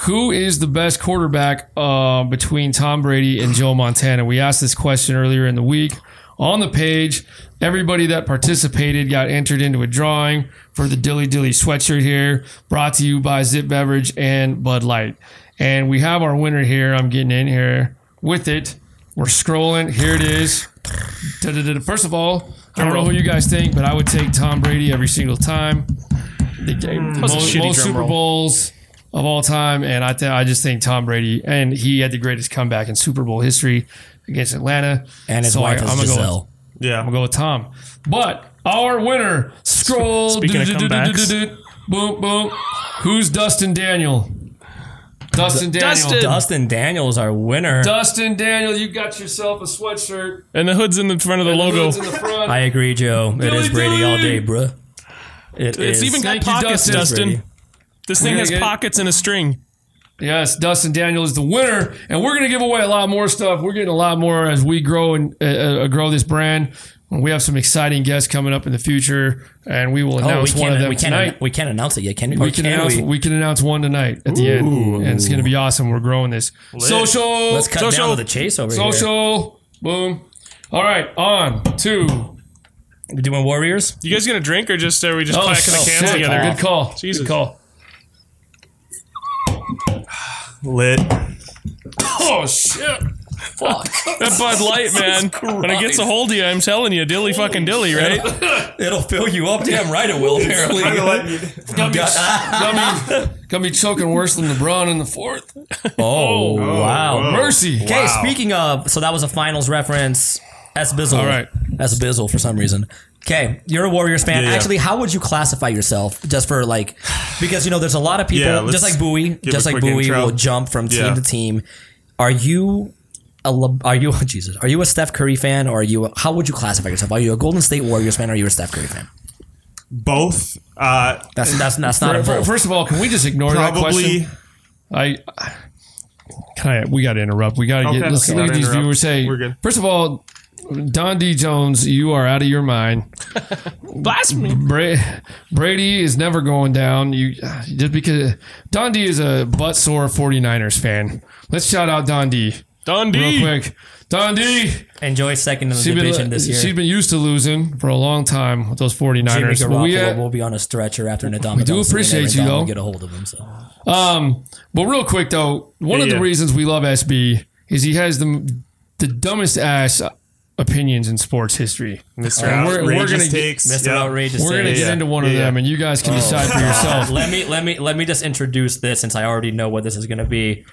Who is the best quarterback uh, between Tom Brady and Joe Montana? We asked this question earlier in the week on the page. Everybody that participated got entered into a drawing for the Dilly Dilly sweatshirt here, brought to you by Zip Beverage and Bud Light. And we have our winner here. I'm getting in here with it. We're scrolling. Here it is. Da-da-da-da. First of all, I don't know who you guys think, but I would take Tom Brady every single time. The game, Hmm. was a most, shitty most drum Super roll. Bowls of all time, and I th- I just think Tom Brady, and he had the greatest comeback in Super Bowl history against Atlanta. And his So wife I, is I'm gonna Go, Giselle. yeah. I'm gonna go with Tom. But our winner, scroll. Speaking of do-do-do-do-do-do-do, boom boom. Who's Dustin Daniel? Dustin Daniel. Dustin. Dustin Daniels, our winner. Dustin Daniel, you got yourself a sweatshirt. And the hood's in the front of the It's logo. in the front. I agree, Joe. It Dilly is Brady all dilly. day, bruh. It It's is. even got Thank you, pockets, Dustin. Dustin. Brady. This thing Yeah, has yeah. pockets and a string. Yes, Dustin Daniel is the winner, and we're going to give away a lot more stuff. We're getting a lot more as we grow and uh, uh, grow this brand. We have some exciting guests coming up in the future, and we Oh, will we announce one of can't, them we, can't tonight. annou- we can't announce it yet, can we? We Or can, can announce we? we? can announce one tonight at the end, and it's going to be awesome. We're growing this social. Let's cut Social. down to the chase over here. social. Boom. All right, on to We're doing Warriors. You guys gonna drink or just are we just clacking the cans Oh, shit. together? Good call. Jesus. Good call. Lit. Oh shit! Fuck. That Bud Light, man. When it gets a hold of you, I'm telling you, dilly fucking dilly, right? It'll fill you up. Damn right it will, apparently. Gonna be, gonna be choking worse than LeBron in the fourth. oh, wow. whoa. Mercy. Okay, oh. Wow. speaking of, so that was a finals reference. That's Bizzle. All right. That's Bizzle for some reason. Okay, you're a Warriors fan. Yeah, yeah. Actually, how would you classify yourself just for like, because you know, there's a lot of people, Yeah, let's just like Bowie, give just a like quick Bowie intro. will jump from team Yeah. to team. Are you a, Le- are you, Jesus, are you a Steph Curry fan or are you, a, how would you classify yourself? Are you a Golden State Warriors fan or are you a Steph Curry fan? Both. Uh, That's, that's, that's not a Fir- both. First of all, can we just ignore that probably. question? I can I, we got to interrupt. We got to Okay, get. Let's okay. look at Gotta these interrupt. viewers. Hey, We're good. first of all, Don D Jones, you are out of your mind. Blasphemy. Bra- Brady is never going down. You just because Don D is a butt sore 49ers fan. Let's shout out Don D real Dundee. quick. Don D, Enjoy second in the she's division been, this year. she's been used to losing for a long time with those Jimmy 49ers. But Garoppolo we, uh, will be on a stretcher after Nadama. We do appreciate you, though. Get a hold of him. So. Um, but real quick though, one Yeah, of the yeah. reasons we love SB is he has the the dumbest ass opinions in sports history. Mr. Alright, we're- we're outrageous gonna- takes. Mr. yeah. Outrageous. We're gonna says- get yeah. into one of Yeah, them, and you guys can Oh. decide for yourself. let me let me let me just introduce this since I already know what this is going to be.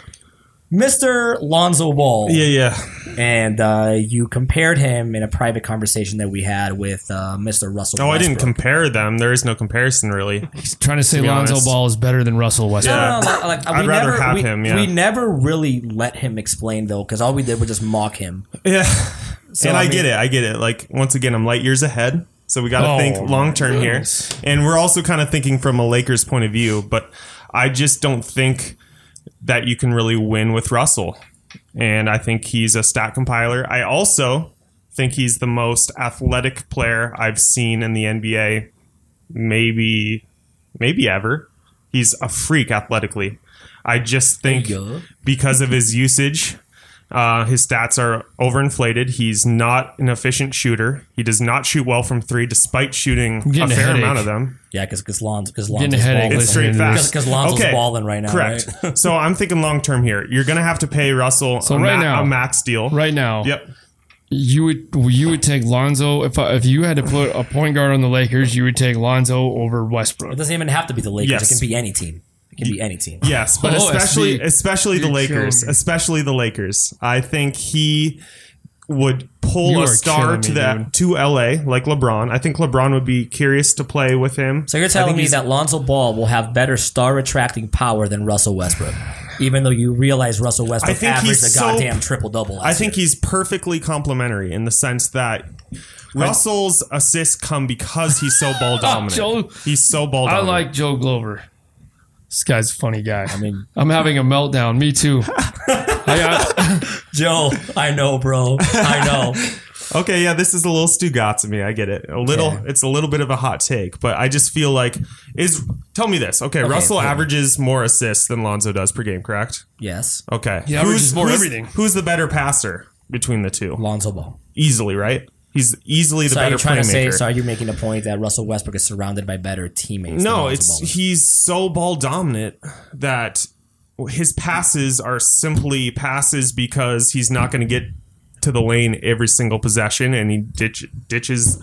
Mr. Lonzo Ball. Yeah, yeah. And uh, you compared him in a private conversation that we had with uh, Mr. Russell. No, I didn't Westbrook. compare them. There is no comparison, really. He's trying to say be Lonzo honest. Ball is better than Russell Westbrook. No, Yeah. no, no, like, I'd we rather never, have we, him, yeah. we never really let him explain though, because all we did was just mock him. Yeah. and I, I mean- get it. I get it. Like, once again, I'm light years ahead. So we got to Oh, think long term here. And we're also kind of thinking from a Lakers point of view, but I just don't think that you can really win with Russell. And I think he's a stat compiler. I also think he's the most athletic player I've seen in the NBA, maybe, maybe ever. He's a freak athletically. I just think you. because of his usage, uh, his stats are overinflated. He's not an efficient shooter. He does not shoot well from three, despite shooting a getting a fair headache. amount of them. Yeah, because because Lonzo because Getting Lonzo's a headache balling. It's straight listening to this. fast. 'Cause- 'cause Lonzo's balling right now, Correct. so I'm thinking long term here. You're going to have to pay Russell a, right ma- now- a max deal. Right now, Yep. you would you would take Lonzo if I, if you had to put a point guard on the Lakers, you would take Lonzo over It Westbrook. doesn't even have to be the Lakers. Yes. It can be any team. It can be any team. Yes, but Oh, especially SD. especially the You're Lakers, killing me. especially the Lakers. I think he would pull You a are star killing to me, that to LA like LeBron. I think LeBron would be curious to play with him. So you're telling me that Lonzo Ball will have better star attracting power than Russell Westbrook, even though you realize Russell Westbrook I think averaged he's a so- goddamn triple double. I think he's perfectly complementary in the sense that Russell's assists come because he's so ball dominant. Joe. he's so ball I dominant. like Joe Glover. This guy's a funny guy. I mean- I'm having a meltdown. Me too. I, Joe. I know, bro. I know. Okay, yeah, this is a little Stugatz of me. I get it. A little. It's a little bit of a hot take, but I just feel like is. Tell me this. Okay, Russell okay. averages more assists than Lonzo does per game, correct? Yes, Okay. He averages more who's, everything. Who's the better passer between the two? Lonzo Ball. Easily, right? He's easily the So are better you trying playmaker. to say? So are you making the point that Russell Westbrook is surrounded by better teammates? than No, Lonzo it's Ball is? he's so ball dominant that his passes are simply passes because he's not going to get to the lane every single possession, and he ditch, ditches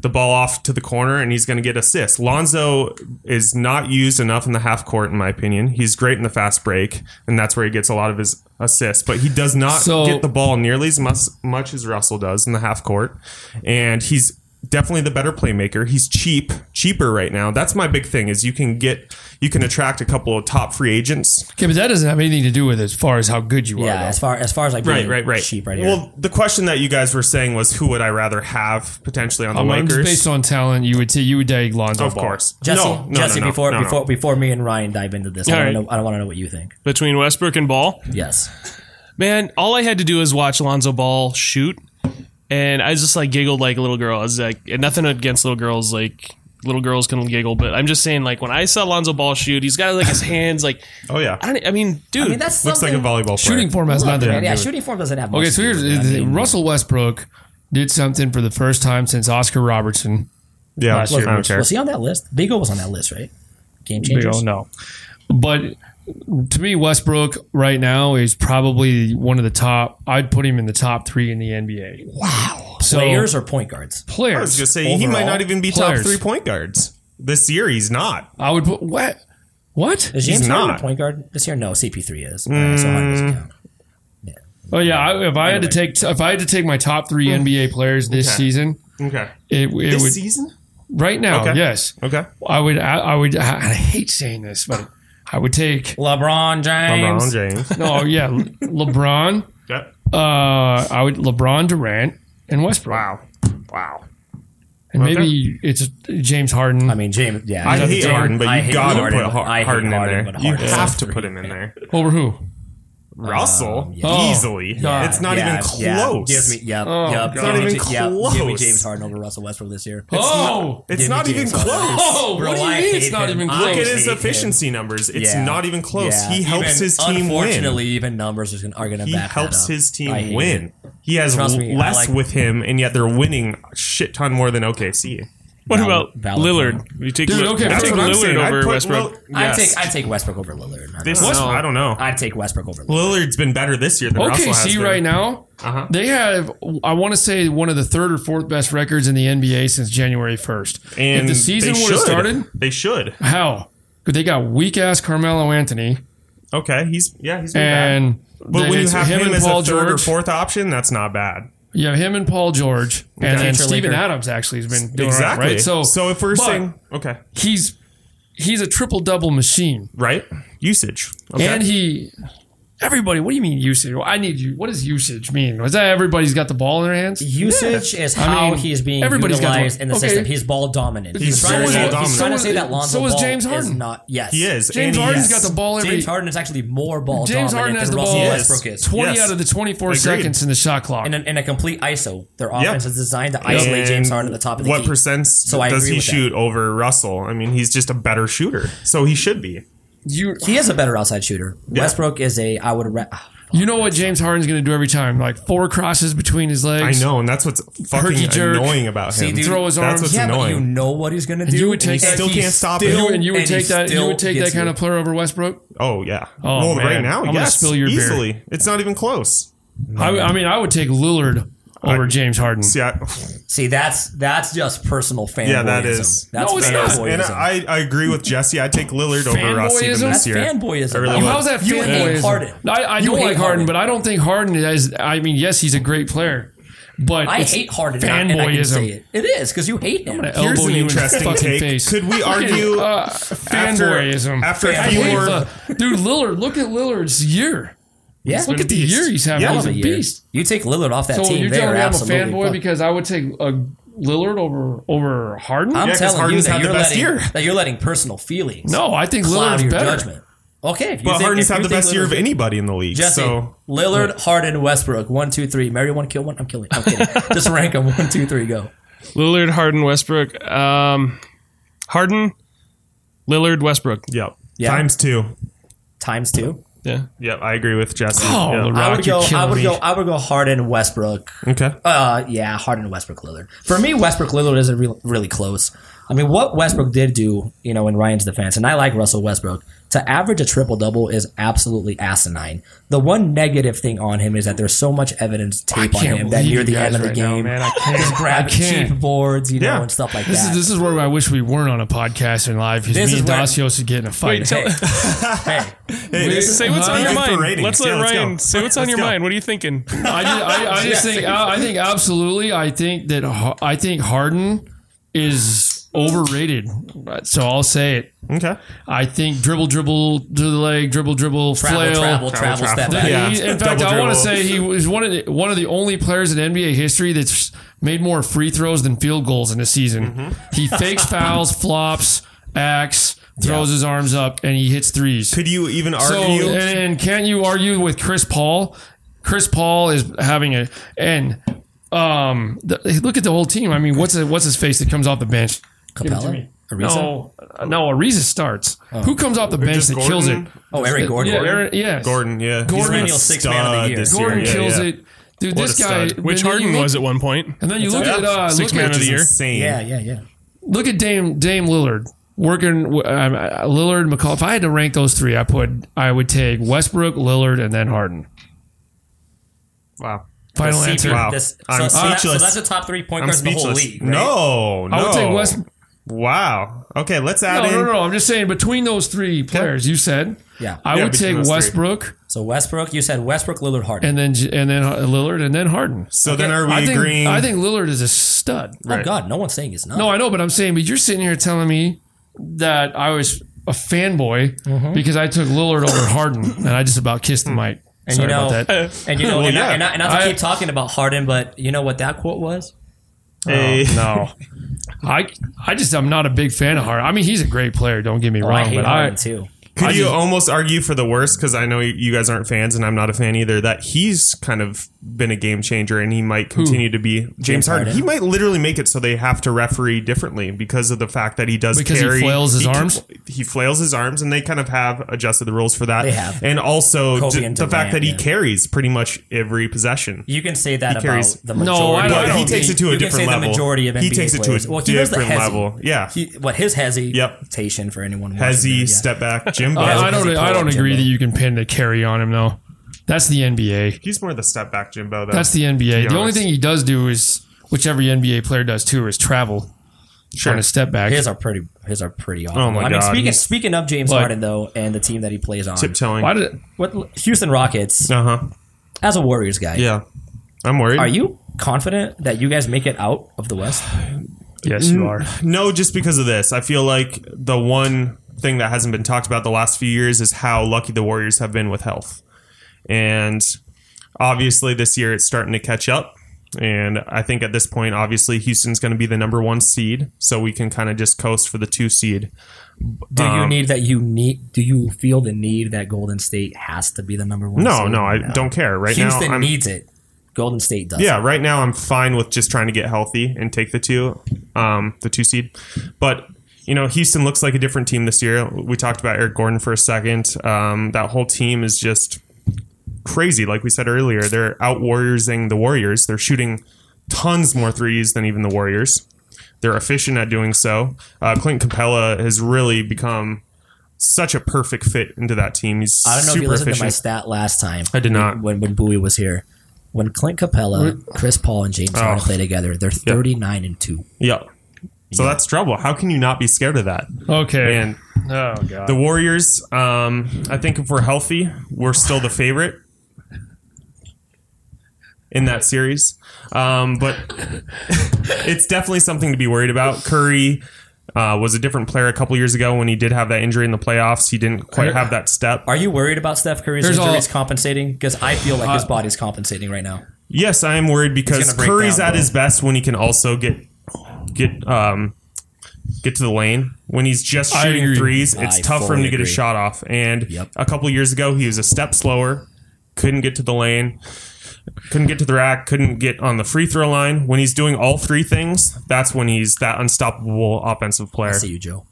the ball off to the corner, and he's going to get assists. Lonzo is not used enough in the half court, in my opinion. He's great in the fast break, and that's where he gets a lot of his assists, but he does not So- get the ball nearly as much, much as Russell does in the half court, and he's definitely the better playmaker. He's cheap, cheaper right now. That's my big thing is you can get you can attract a couple of top free agents. okay, but that doesn't have anything to do with as far as how good you yeah. are. As far as far as like being cheap right here. Well, the question that you guys were saying was who would I rather have potentially on the though. Um, Lakers? just based on talent, you would t- you would take Lonzo. of Ball. course. Jesse, no, no, Jesse, no, no, before no, no. before before me and Ryan dive into this, I All don't right. know. I don't want to know what you think. between Westbrook and Ball. Yes, Man, all I had to do was watch Lonzo Ball shoot, and I just like giggled like a little girl. I was like, and nothing against little girls, like little girls can giggle, but I'm just saying, like when I saw Lonzo Ball shoot, he's got like his hands, like Oh yeah. I don't, I mean, dude, I mean that's Looks like something- a volleyball player. Shooting form has nothing to Yeah, do with it. shooting form doesn't have. Much Okay, to so do here's with it. I mean, Russell Westbrook did something for the first time since Oscar Robertson. Yeah, Last I year. don't care. Was he on that list? Bigo was on that list, right? Game changers. no. But to me, Westbrook right now is probably one of the top. I'd put him in the top three in the NBA. Wow. So Players or point guards? players. I was gonna say he might Overall, not even be top players. three point guards. This year he's not. I would put what? What? Is James Harden not. Mm. a point guard this year? No, CP3 is. Alright, so Harden doesn't count. Oh yeah. I, if I had to take, if I had to take my top three NBA players this Hmm. Okay. season, Okay. it, it would This season? right now. Okay. Yes, Okay. I would. I, I would. I, I hate saying this, but I would take. LeBron James. LeBron James. No, yeah, LeBron. Yep. Uh, I would LeBron, Durant, and Westbrook. Wow. Wow. And maybe it's James Harden. I mean, James. Yeah, I he's- hate James- Harden, but I you hate gotta Harden, put but I Har- hate Harden in Harden, there. but You Harden's have to three. Um, put him in there. Over who? Russell, yeah. easily. Yeah, it's not yeah, even yeah. close. Give me, yep, Oh, yep. God. Give Not me even Ja- yeah, give me close. James Harden over Russell Westbrook this year. oh, it's Give not me even James Harden. close. Oh, what do you I mean hate it's not him. even I close? Look at his hate him. efficiency numbers. It's Yeah. not even close. Yeah. He helps Even- his team Unfortunately, win. even numbers is gonna- are going to He back that helps up. his I hate team it. win. He has Trust me, I less like- with him, and yet they're winning a shit ton more than OKC. What Valid- about valid Lillard? point. You take, Dude, Lil- okay, you that's take what I'm Lillard saying. I'd over put Westbrook. Lil- yes. I take I take Westbrook over Lillard. I This don't is- know. I don't know. I'd take Westbrook over Lillard. Lillard's been better this year than Russell has OKC been. right now, Uh-huh. they have, I want to say, one of the third or fourth best records in the NBA since January 1st. And if the season they would have should. started, they should. how? But they got weak ass Carmelo Anthony Okay, he's yeah, he's been bad. and But then when you it's have him him, and as Paul a third or George. fourth option, that's not bad. You have him and Paul George, and then Future Steven Laker. Adams actually has been doing all right, Exactly. right. So, so if we're but saying okay, he's he's a triple double machine, right? Usage. Okay. and he everybody. What do you mean usage? Well, I need you. What does usage mean? Is that everybody's got the ball in their hands? Usage is how mean, he's being everybody's got utilized the- in the okay. system. He's ball dominant. He's, trying, to very ball say, dominant. he's trying to So say that is- Lonzo so is Ball James is Harden. not. Yes, he is. James and Harden's yes. got the ball every. James Harden is actually more ball James dominant Harden has than the Russell ball Yes. Westbrook is. Twenty Yes. out of the twenty-four Agreed. seconds in the shot clock. In a, in a complete ISO, their offense is designed to And isolate James Harden at the top of the what key. percent So I does agree he with that. shoot over Russell? I mean, he's just a better shooter, so he should be. you He is a better outside shooter. Westbrook is a. I would. Ra- you know what James Harden's going to do every time? Like four crosses between his I legs. know, and that's what's Herky fucking jerk. annoying about him. dude, Throw his that's arms. what's yeah, but you annoying. know what he's going to do. you would take and he that- Still he can't stop still- him. You- and you would and he take that. You still would take that gets kind you. of player over Westbrook. oh yeah. Oh, well, right man. now, I'm gonna yes, spill your beer. easily. It's not even close. I, I mean, I would take Lillard over I- James Harden. See, I, See, that's that's just personal fanboyism. Yeah, that is. That's No, it's not. fanboyism. and I, I agree with Jesse. I take Lillard over Russ even Fanboyism? this that's year. fanboyism. I really Like, would. How's that You hate fanboyism? Harden. I, I You don't hate like Harden, Harden. but I don't think Harden is. I mean, yes, he's a great player, but I it's hate Harden. and I- and I can fanboyism. say it. It is because you hate him. gonna Here's elbow an you in the interesting fucking take. face. Could we argue uh, after fanboyism? after a I few hate more? the- dude, Lillard. Look at Lillard's year. Yeah, Look been at the a beast. year he's having. Yeah, he's Hell a of a year. beast. You take Lillard off that So team you're there. telling me I'm a Absolutely. fanboy because I would take a Lillard over over Harden? I'm Yeah, 'cause telling Harden's you that had the you're best letting year. that you're letting personal feelings no, I think cloud Lillard's your better. judgment. Okay, if you But think- Harden's if had you the think best year of Lillard- anybody in the league. Jesse, So Lillard, Harden, Westbrook. One, two, three. Marry one, kill one. I'm killing. I'm kidding. Just rank them. One, two, three. Go. Lillard, Harden, Westbrook. Um, Harden, Lillard, Westbrook. yep, Yeah. times two. Times two. Yeah. Yep, I agree with Jesse. Oh, Yep. Lillard. I Rock, would you're go. I killing would me. go. I would go Harden, Westbrook. okay. Uh, yeah, Harden, Westbrook, Lillard. For me, Westbrook, Lillard isn't re- really close. I mean, what Westbrook did do, you know, in Ryan's defense, and I like Russell Westbrook, to average a triple double is absolutely asinine. The one negative thing on him is that there's so much evidence tape on can't him that believe near you the guys end of the right now, game, man. I can't. he's grabbing can't. cheap boards, you know, Yeah. and stuff like This that. is, this is where I wish we weren't on a podcast and live because This me is and where- Dacios would get in a fight. hey, hey, Hey, Say what's on Thank you your for mind. Uh-huh. ratings. Let's let Yeah, let's Ryan go. say what's on Let's your go. mind. What are you thinking? I just, I, I just think I, I think absolutely. I think that Har- I think Harden is overrated. So I'll say it. Okay. I think dribble, dribble to the leg, dribble, dribble, travel, flail. travel, travel, travel, step back. travel. Yeah. He- in fact, Double I want to dribble. say he was one of the, one of the only players in NBA history that's made more free throws than field goals in a season. He fakes fouls, flops, acts, throws his arms up, and he hits threes. Could you even So uh, argue? and, and can't you argue with Chris Paul? Chris Paul is having a and um the, hey, look at the whole team. I mean, what's what's his face that comes off the bench? Give it to Capella? me. Ariza? No, no, Ariza starts. Who comes off the bench just that kills it? Gordon? Oh, Eric Gordon. Yeah, Aaron, yes. Gordon, yeah. Gordon- been a Perennial sixth man of the stud year. this Gordon Yeah, kills yeah. it. Dude, What this a guy. stud. Which and then you Harden look- was at one point. And then you look Yeah. at uh, Six look man at of the Which is year. Insane. Yeah, yeah, yeah. look at Dame Dame Lillard working w- um, uh, Lillard McCall. If I had to rank those three, I put I would take Westbrook, Lillard, and then Harden. Wow. Final answer. Wow. This, so, I'm so that- so speechless. that's a top three point I'm guard in the whole speechless. league. right? No, no. I would take West. Wow. Okay, let's add No, in. no, no, no. I'm just saying between those three players, you said Yeah. I Yeah, would between take those three. Westbrook So Westbrook, you said Westbrook, Lillard, Harden. and then J- and then uh, Lillard and then Harden. So then are we I think, agreeing? I think Lillard is a stud. Oh Right. God, no one's saying it's not. No, I know, but I'm saying, but you're sitting here telling me that I was a fanboy Mm-hmm. because I took Lillard over Harden, and I just about kissed the mic. Mm. And Sorry you know- about that. and you know, and, yeah. I, and, I, and not to I- keep talking about Harden, but you know what that quote was? Hey. No, I I just I'm not a big fan of Harden. I mean, he's a great player. Don't get me Oh, I wrong, hate but Harden I too. Could I you just- almost argue for the worst? Because I know you- you guys aren't fans, and I'm not a fan either. That he's kind of been a game changer, and he might continue to be James, Harden. Harden. He might literally make it so they have to referee differently because of the fact that he does Because he carry- flails his can- arms? he flails his arms, and they kind of have adjusted the rules for that. They have. and also Kobe ju- and the Durant, fact that he yeah. carries pretty much every possession. You can say that about carries- the majority. No, I don't- But I he takes it to a you can different say level. The majority of NBA he takes players. it to a well, he does the different hezi. level. Yeah, He, what his hezi Yep. rotation for anyone? has watching he there, yeah. step back, Jim? Uh, I, Bob. I don't I don't agree that you can pin the carry on him though. That's the NBA. He's more the step back Jimbo though. That's the NBA. be The only honest. thing he does do is, which every NBA player does too, is travel. on a step back. His are pretty. His are pretty awful. Oh, my I mean, God, speaking he's- speaking of James Like- Harden though, and the team that he plays on, tiptoeing. Why did what Houston Rockets Uh huh. as a Warriors guy, Yeah, I'm worried. are you confident that you guys make it out of the West? yes you are? No, just because of this. I feel like the one thing that hasn't been talked about the last few years is how lucky the Warriors have been with health. And obviously, this year it's starting to catch up. And I think at this point, obviously, Houston's going to be the number one seed. So we can kind of just coast for the two seed. Do Um, you need that? You need? Do you feel the need that Golden State has to be the number one? No, seed? no, I don't care. Right Houston now, I'm, needs it. Golden State does. yeah, right now I'm fine with just trying to get healthy and take the two, um, the two seed. But you know, Houston looks like a different team this year. We talked about Eric Gordon for a second. Um, that whole team is just crazy. Like we said earlier, they're out warriorsing the Warriors. They're shooting tons more threes than even the Warriors. They're efficient at doing so. Uh, Clint Capella has really become such a perfect fit into that team. He's I don't know if you super listened to my efficient. stat last time. I did not. When when Bowie was here, when Clint Capella, Chris Paul, and James Oh. Harden play together, they're thirty nine and two. yeah. So that's trouble. How can you not be scared of that? Okay. And Oh god. The Warriors, um, I think if we're healthy, we're still the favorite in that series. Um, but it's definitely something to be worried about. Curry uh, was a different player a couple years ago when he did have that injury in the playoffs. He didn't quite have that step. Are you worried about Steph Curry's Here's injuries all- compensating? Because I feel like Uh, his body's compensating right now. Yes, I am worried because gonna break Curry's down, at though. his best when he can also get get um, get to the lane. When he's just I shooting agree. threes, it's I tough for him fully to get his agree. shot off. And Yep. a couple years ago, he was a step slower, couldn't get to the lane, couldn't get to the rack, couldn't get on the free throw line. When he's doing all three things, that's when he's that unstoppable offensive player. I see you, Joe.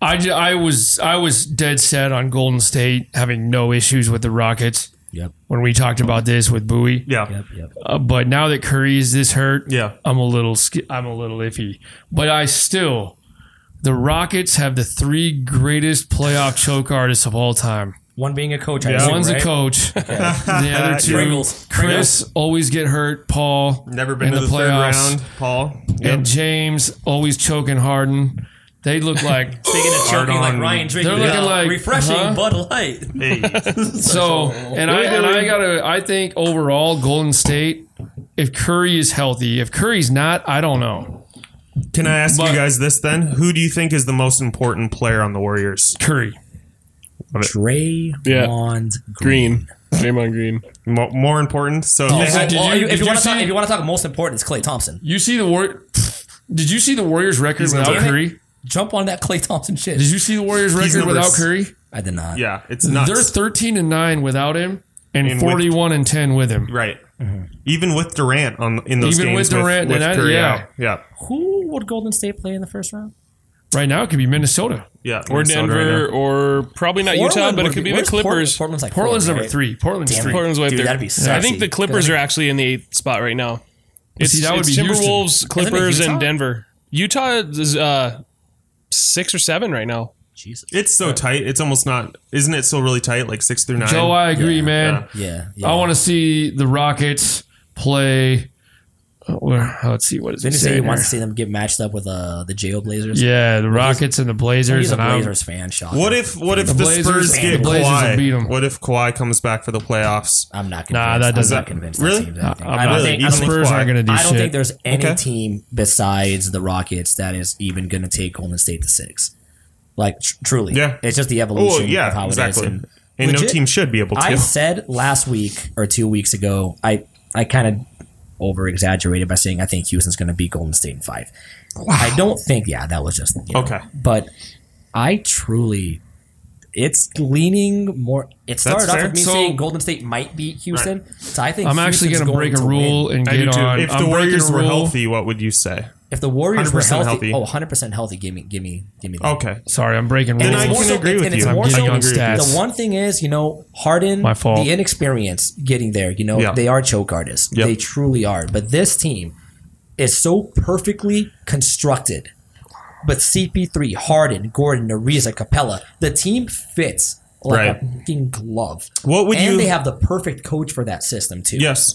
I, ju- I was I was dead set on Golden State having no issues with the Rockets Yep. when we talked about this with Bowie. Yeah, Yep. Yep. Uh, but now that Curry is this hurt, yeah, I'm a little sk- I'm a little iffy. But I still, the Rockets have the three greatest playoff choke artists of all time. One being a coach. I Yeah. assume, One's right? a coach. The other two, Pringles. Chris always get hurt. Paul never been in to the the, third playoffs. round, Paul. and James always choking Harden. They look like Speaking of choking like on. Ryan drinking, They're looking uh, like, refreshing huh? Bud Light. Yep. Hey. So, and I and I gotta. I think overall, Golden State. If Curry is healthy, if Curry's not, I don't know. Can I ask But- you guys this then? Who do you think is the most important player on the Warriors? Curry. Draymond Yeah. Green. Green. Draymond Green. Mo- more important. So if they Also, had- did well, you- Oh, if you- did if you you want to talk, see- if you want to talk most important, it's Clay Thompson. You see the war. Did you see the Warriors record without number- Curry? Jump on that Clay Thompson shit. Did you see the Warriors record number without s- Curry? I did not. yeah, it's nuts. They're thirteen and nine without him, and, And with- forty-one and ten with him. right. Even with Durant on in those Mm-hmm. Even with games, Durant with, and I- Curry yeah. out. yeah, Who would Golden State play in the first round? Right now, it could be Minnesota. yeah, Or Minnesota right Denver, or probably not Utah, Portland but it would could be the where's Portland? Clippers. Portland's like Portland's fourth, number right? three. Portland's Damn three. it. Portland's way up Dude, there. that'd be I sexy. think the Clippers are actually in the eighth spot right now. It's, that would it's be Houston. Timberwolves, Clippers, Utah? and Denver. Utah is uh, six or seven right now. Jesus. now. It's so tight. It's almost not. Isn't it still really tight? Like six through nine. Joe, I agree, Yeah. man. Yeah. Yeah, yeah. I want to see the Rockets play. oh, where- let's see what is Didn't it you say you saying want to here? see them get matched up with uh, the Jail Blazers? Yeah, the Rockets and the Blazers, He's a and I'm- Blazers fan, Sean. what if what if The the, Blazers- Spurs Man, get the Blazers will beat 'em. Kawhi? What if Kawhi comes back for the playoffs? I'm not convinced. Nah, that doesn't- I'm not convinced Really? that team's anything. I'm I don't not- think I Really? the don't, Even think, Spurs Kawhi. aren't going to do I don't shit. think there's any Okay. team besides the Rockets that is even going to take Golden State to six. Like tr- truly, Yeah. It's just the Oh evolution of yeah, how exactly. it is. And, And no Legit- team should be able to. I said last week or two weeks ago, I I kind of over exaggerated by saying I think Houston's going to beat Golden State in five. I don't think. Yeah, that was just you know, Okay. but I truly. It's leaning more. It started off fair. with me So- saying Golden State might beat Houston. So I think I'm actually Houston's gonna going break to a rule win. and I do get too. on. If I'm the breaking Warriors a were rule. healthy, what would you say? If the Warriors were 100% healthy, healthy. oh, 100 percent healthy. Give me, give me, give me. That. Okay. Sorry, I'm breaking Then rules. I It's more can so- agree it's- with and it's you. I'm more getting so- on stats. The one thing is, you know, Harden, My fault. the inexperience getting there, you know, Yeah. they are choke artists. Yep. They truly are. But this team is so perfectly constructed. But CP3, Harden, Gordon, Ariza, Capella, the team fits like Right. a fucking glove. What would and you- they have the perfect coach for that system, too. Yes.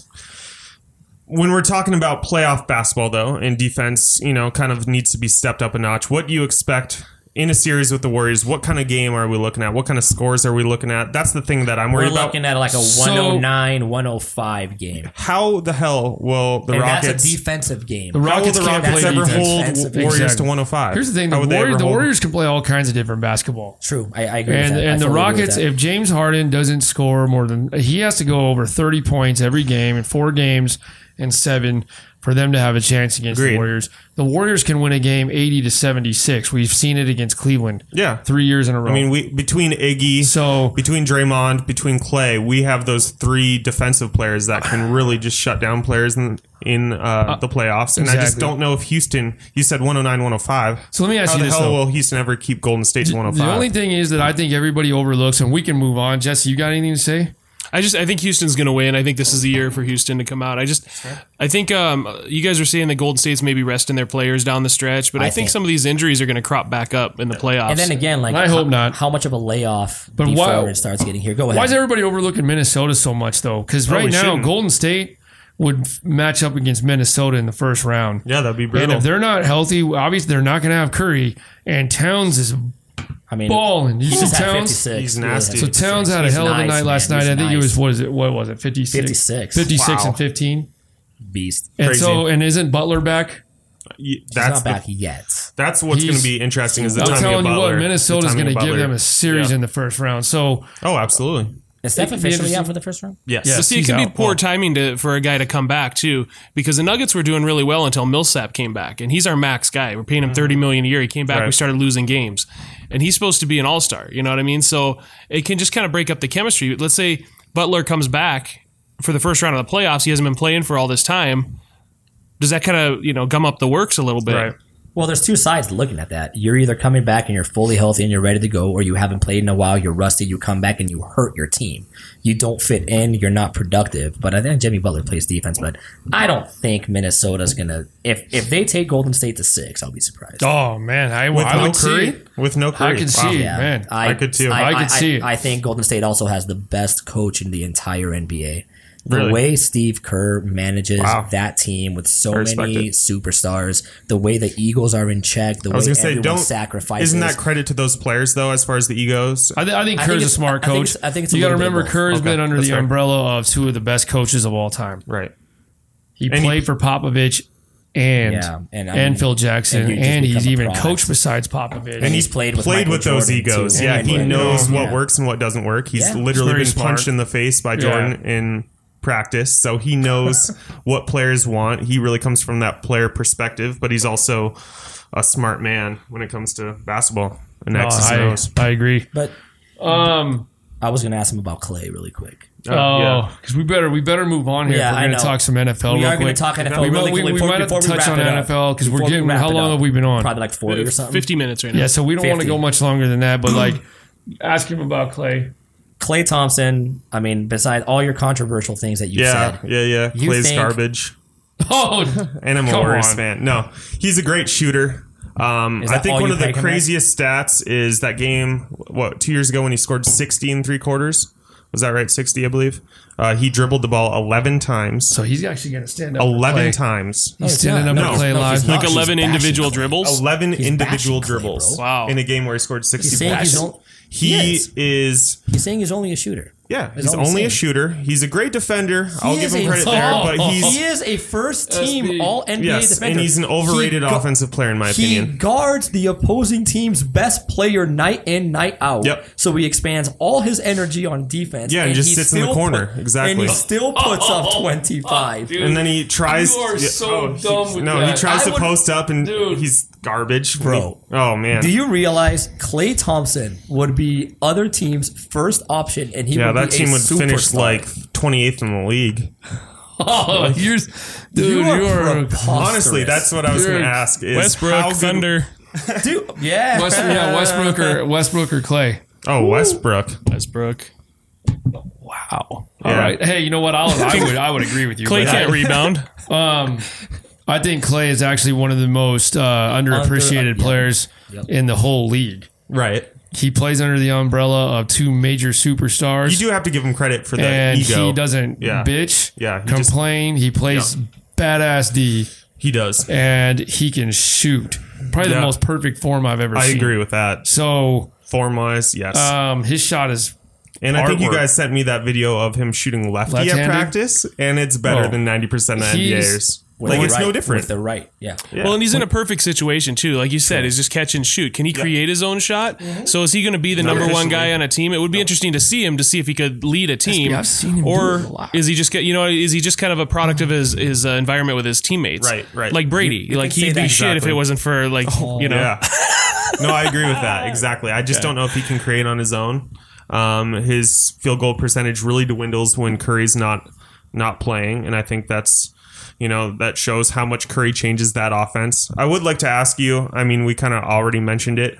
when we're talking about playoff basketball, though, and defense, you know, kind of needs to be stepped up a notch. What do you expect in a series with the Warriors? What kind of game are we looking at? What kind of scores are we looking at? That's the thing that I'm We're worried about. looking at like a So- 109, 105 game. How the hell will the And that's Rockets? a defensive game. The how will Rockets the can't Rockets play ever defense. hold Defensive. Warriors to Exactly. 105? Here's the thing: the, How would they ever Warrior, the hold them? Warriors can play all kinds of different basketball, True. I, I agree and with that. I and the fully agree with Rockets. that. If James Harden doesn't score more than he has to go over thirty points every game in four games and seven for them to have a chance against Agreed. the Warriors. The Warriors can win a game eighty to seventy six. We've seen it against Cleveland Yeah. three years in a row. I mean, we between Iggy, So- between Draymond, between Clay, we have those three defensive players that can really just shut down players in in uh, the playoffs. And I just exactly. don't know if Houston. You said 109, 105. so let me ask How you the this: hell though. will Houston ever keep Golden oh State to The 105? only thing is that I think everybody overlooks, and we can move on. Jesse, you got anything to say? I just I think Houston's going to win. I think this is the year for Houston to come out. I just I think um, you guys are saying that Golden State's maybe resting their players down the stretch, but I, I think, think- some of these injuries are going to crop back up in the playoffs. and then again, like I how, hope not. How much of a layoff before why- it starts getting here? Go ahead. Why is everybody overlooking Minnesota so much though? Because right we now, shouldn't. Golden State would f- match up against Minnesota in the first round. yeah, that'd be And brutal. if they're not healthy, obviously they're not going to have Curry. And Towns is I mean, balling. You he see just had Towns? 56. He's He really nasty. had So 56. Towns had a He's hell of a night night last man. night. He's I think it nice. was what is it? What was it? 56? 56. 56 Wow. and fifteen. beast. And Crazy. so and isn't Butler back? You- He's not that's the- back yet. that's what's going He's- to be interesting. Is the I'm timing of telling you Butler. what, Minnesota's the timing going to of give Butler. them a series Yeah. in the first round. So Oh, absolutely. Is Steph It- officially it's- out for the first round? Yes. Yeah. So see, it he's can be out. poor timing to, for a guy to come back too, because the Nuggets were doing really well until Millsap came back, and he's our max guy. We're paying him thirty Mm-hmm. million a year. He came back, we Right. started losing games, and he's supposed to be an all star. You know what I mean? So it can just kind of break up the chemistry. Let's say Butler comes back for the first round of the playoffs. He hasn't been playing for all this time. Does that kind of you know gum up the works a little bit? Right. Well, there's two sides to looking at that. You're either coming back and you're fully healthy and you're ready to go, or you haven't played in a while, you're rusty, you come back and you hurt your team. You don't fit in, you're not productive. But I think Jimmy Butler plays defense, but I don't think Minnesota's gonna if if they take Golden State to six, I'll be surprised. oh man, I, With I no would Curry, see. it. with no Curry, I could Wow. see, it, man. I could too. I could see it. Um, I think Golden State also has the best coach in the entire NBA. The Really? way Steve Kerr manages Wow. that team with so respect many it. superstars, the way the Eagles are in check, the I way was going to say, everyone don't. sacrifices. Isn't that credit to those players though, as far as the egos? I, th- I think I think Kerr's a it's- smart I think coach. it's- I think it's a you got to little bit of remember both. Kerr's Okay, been under that's the fair. umbrella of two of the best coaches of all time. Right. He And he- played for Popovich and Yeah, and and, I mean, Phil Jackson, and you just and, become he's a even product. coached besides Popovich. And he he's played with played Michael with those Jordan, too. egos. Yeah, Yeah, he he played knows with- what yeah. works and what doesn't work. He's Yeah. literally Very been smart. punched in the face by Jordan in practice, so he knows what players want. He really comes from that player perspective, but he's also a smart man when it comes to basketball and Oh, X's and I, O's. I agree. But Um, I was going to ask him about Clay really quick. oh, because we better we better move on here. Yeah, if I we're going know. to talk some NFL. we Oh, real are going quick. to talk NFL we, really we, quick we before, might have before to we touch wrap on it up. NFL because we're Before we getting wrap how it long up. have we been on? Probably like 40 or something. Fifty minutes right now. yeah, so we don't want to 50. go much longer than that. But like, ask him about Clay. Clay Thompson, I mean, besides all your controversial things that you Yeah, said, Oh, yeah, yeah. You Plays think- garbage. Oh, And I'm a Come Warriors on. fan. No, he's a great shooter. Um, Is I that all think one you of the peg him as? craziest stats is that game, what, two years ago when he scored 60 and three quarters? Was that right? 60, I believe. Uh, he dribbled the ball 11 times. so he's actually going to stand up. for 11 Clay. times. He's it's standing not. up No, to Clay no, he's live. not. Like She's eleven bashing individual Klay. dribbles. 11 He's individual bashing Clay, dribbles bro. Wow. in a game where he scored 60 saying he's points. on- He He is. is, he's saying he's only a shooter. yeah, That's he's all I'm only a saying. shooter. He's a great defender. I'll give is him a- credit there, Oh, but he's, He is a first team SB. All NBA yes, defender. and he's an overrated He gu- offensive player, in my He opinion. guards the opposing team's best player night in, night out. Yep. So he expands all his energy on defense. Yeah, and just he sits in the still corner. put- Exactly. And he still puts Oh, up 25. dude. and then he tries. You are yeah, Oh, so he- dumb with no, he that. tries I to would- post up, and Dude. he's garbage, Bro. Oh man, Do you realize Clay Thompson would be other team's first option, and he yeah, would that be team a would superstar. finish like 28th in the league. Oh, you're, dude, you are, you are preposterous. Honestly, that's what I was going Dude. to ask. Is how Westbrook good- Thunder. dude. Yeah, West, yeah, Westbrook or Westbrook or Clay. Oh, Westbrook. Westbrook. Wow. All Yeah. right. Hey, you know what? I'll, I would I would agree with you. Clay but can't rebound. I, um, I think Clay is actually one of the most uh, underappreciated yeah. players in the whole league. Right. He plays under the umbrella of two major superstars. You do have to give him credit for that and ego. he doesn't Yeah. bitch, Yeah, he just- complain. he plays badass D, He does. and he can shoot. Probably Yeah. the most perfect form I've ever I seen. agree with that. So Form wise, yes. um, his shot is and I think you artwork. guys sent me that video of him shooting lefty at Left-handed? practice, and it's better Oh. than ninety percent of He's- NBAers. With Like the it's right, no different. With the right, yeah. Yeah. Well, and he's in a perfect situation too. Like you said, he's just catch and shoot. Can he create his own shot? So is he going to be the number one Mm-hmm. efficiently. guy on a team? It would be interesting to see him to see if he could lead a team, I've seen him do or it a lot. is he just get- you know is he just kind of a product of his his uh, environment with his teammates? Right, right. Like Brady, like say he'd be that. shit if Exactly. Oh, it wasn't for like you know. Yeah. No, I agree with that. Exactly. I just don't know if he can create on his own. Um, his field goal percentage really dwindles when Curry's not not playing, and I think that's you know that shows how much Curry changes that offense. I would like to ask you. I mean, we kind of already mentioned it.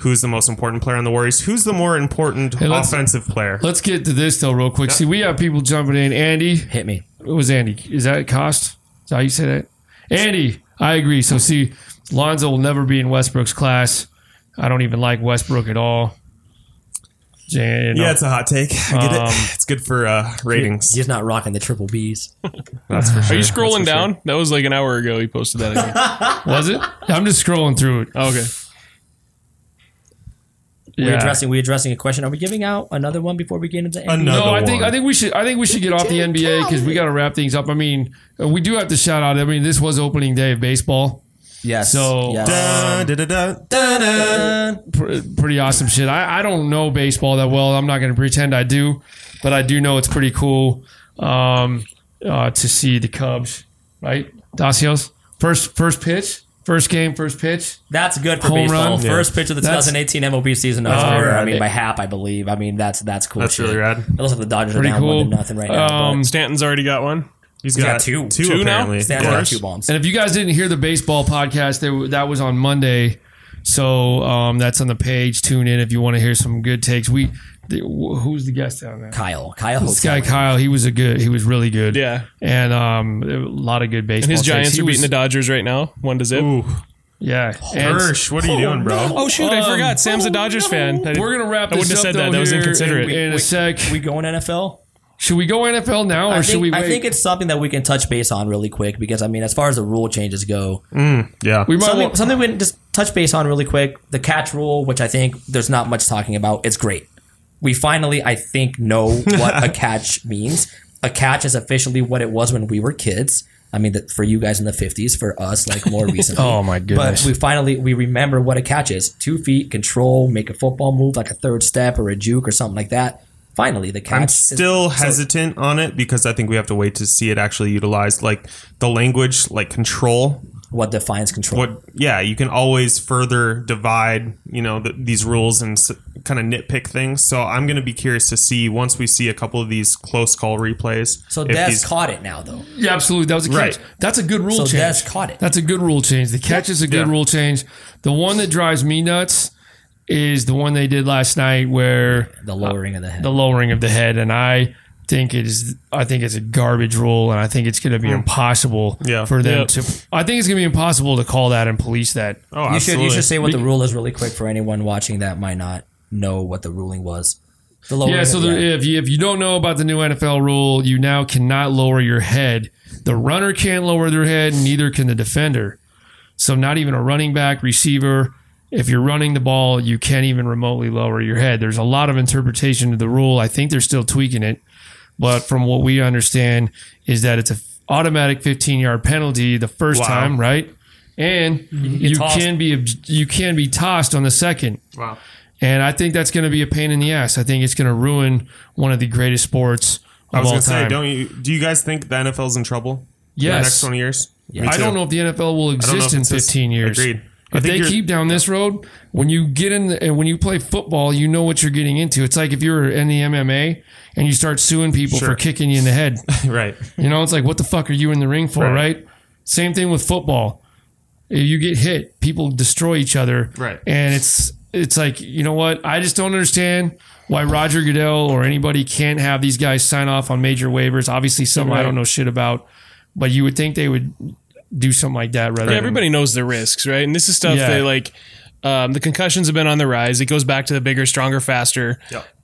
Who's the most important player on the Warriors? Who's the more important let's- offensive player? Let's get to this though, real quick. See, we have people jumping in. Andy, Hit me. it was Andy. Is that cost? Is that how you say that? Andy, I agree. So see, Lonzo will never be in Westbrook's class. I don't even like Westbrook at all. Jan, you know, Yeah, it's a hot take. I get Um, it. It's good for uh, ratings. He's not rocking the triple Bs. That's for sure. Are you scrolling That's for down? That was like an hour ago. He posted that. I think. was it? I'm just scrolling through it. okay. We're Yeah. addressing. We're addressing a question. Are we giving out another one before we get into NBA? Another. No, I think one. I think we should I think we should get off the NBA because we got to wrap things up. I mean, uh, we do have to shout out. I mean, this was opening day of baseball. Yes. So- yes. Dun, da, da, da. Pr- pretty awesome shit. I, I don't know baseball that well. I'm not going to pretend I do, but I do know it's pretty cool um, uh, to see the Cubs. Right, Dacios first first pitch, first game, first pitch. That's good for Home baseball. run. First pitch of the That's- 2018 MLB season. That's Oh, rare. I right. mean, by Hap, I believe. I mean, that's that's cool. That's shit. really rad. It looks like the Dodgers Pretty are down cool. one to nothing right now. Um, but Stanton's already got one. He's got, got two. Two, Two now? apparently. Stan's Yeah. got two bombs. And if you guys didn't hear the baseball podcast, there that was on Monday. So um, that's on the page. Tune in if you want to hear some good takes. We the, wh- who's the guest down there? Kyle, Kyle, This guy Hotel. Kyle, he was a good. He was really good. Yeah. and um, a lot of good baseball. His takes. Giants He are was- beating the Dodgers right now. One to zip. Ooh, Yeah, and- Hirsch, what are you doing, bro? Oh shoot! I Um, forgot. Sam's a oh, Dodgers fan. I didn't- We're gonna wrap I this wouldn't have up said though that. That was here inconsiderate. In, in a sec, we going NFL? should we go NFL now or I should think, we wait? I think it's something that we can touch base on really quick because I mean, as far as the rule changes go, Yeah. we might something, want- something we can just touch base on really quick. The catch rule, which I think there's not much talking about, it's great. We finally, I think, know what a catch means. A catch is officially what it was when we were kids. I mean, that for you guys in the fifties, for us, like more recently. Oh, my goodness. But we finally we remember what a catch is: two feet, control, make a football move, like a third step or a juke or something like that. Finally, the catch. I'm is- still hesitant on it because I think we have to wait to see it actually utilized. Like the language, like control. what defines control. What? Yeah, you can always further divide, you know, the, these rules and s- kind of nitpick things. So I'm going to be curious to see once we see a couple of these close call replays. so if Des these- caught it now, though. yeah, absolutely. That was a catch. Right. That's a good rule So change. Des caught it. That's a good rule change. The catch is a good Yeah. rule change. The one that drives me nuts is the one they did last night where the lowering of the head. the lowering of the head and I think it is I think it's a garbage rule and I think it's going to be impossible Hmm. Yeah. for them Yep. to I think it's going to be impossible to call that and police that. oh, you should absolutely. you should say what the rule is really quick for anyone watching that might not know what the ruling was. The lowering Yeah, so of the the, head. if you if you don't know about the new NFL rule, you now cannot lower your head. The runner can't lower their head, neither can the defender. So not even a running back, receiver. If you're running the ball, you can't even remotely lower your head. There's a lot of interpretation of the rule. I think they're still tweaking it, but from what we understand is that it's a automatic 15 yard penalty the first Wow. time, right? And you tossed. can be ob- you can be tossed on the second. wow. And I think that's going to be a pain in the ass. I think it's going to ruin one of the greatest sports of I was all going to say, time. don't you? Do you guys think the NFL's in trouble? in the Yes. next 20 years. Me I too. don't know if the NFL will I don't know exist if in it's this- 15 years. Agreed. I If think they you're- keep down this road, when you get in and when you play football, you know what you're getting into. It's like if you're in the MMA and you start suing people for Sure. kicking you in the head. right. You know, it's like what the fuck are you in the ring for, Right. right? Same thing with football. If you get hit, people destroy each other, Right. And it's it's like you know what? I just don't understand why Roger Goodell or anybody can't have these guys sign off on major waivers. Obviously, some I don't know shit about, but you would think they would do something like that rather. Yeah, than- everybody knows the risks, right? And this is stuff Yeah. that like Um, the concussions have been on the rise. It goes back to the bigger, stronger, faster.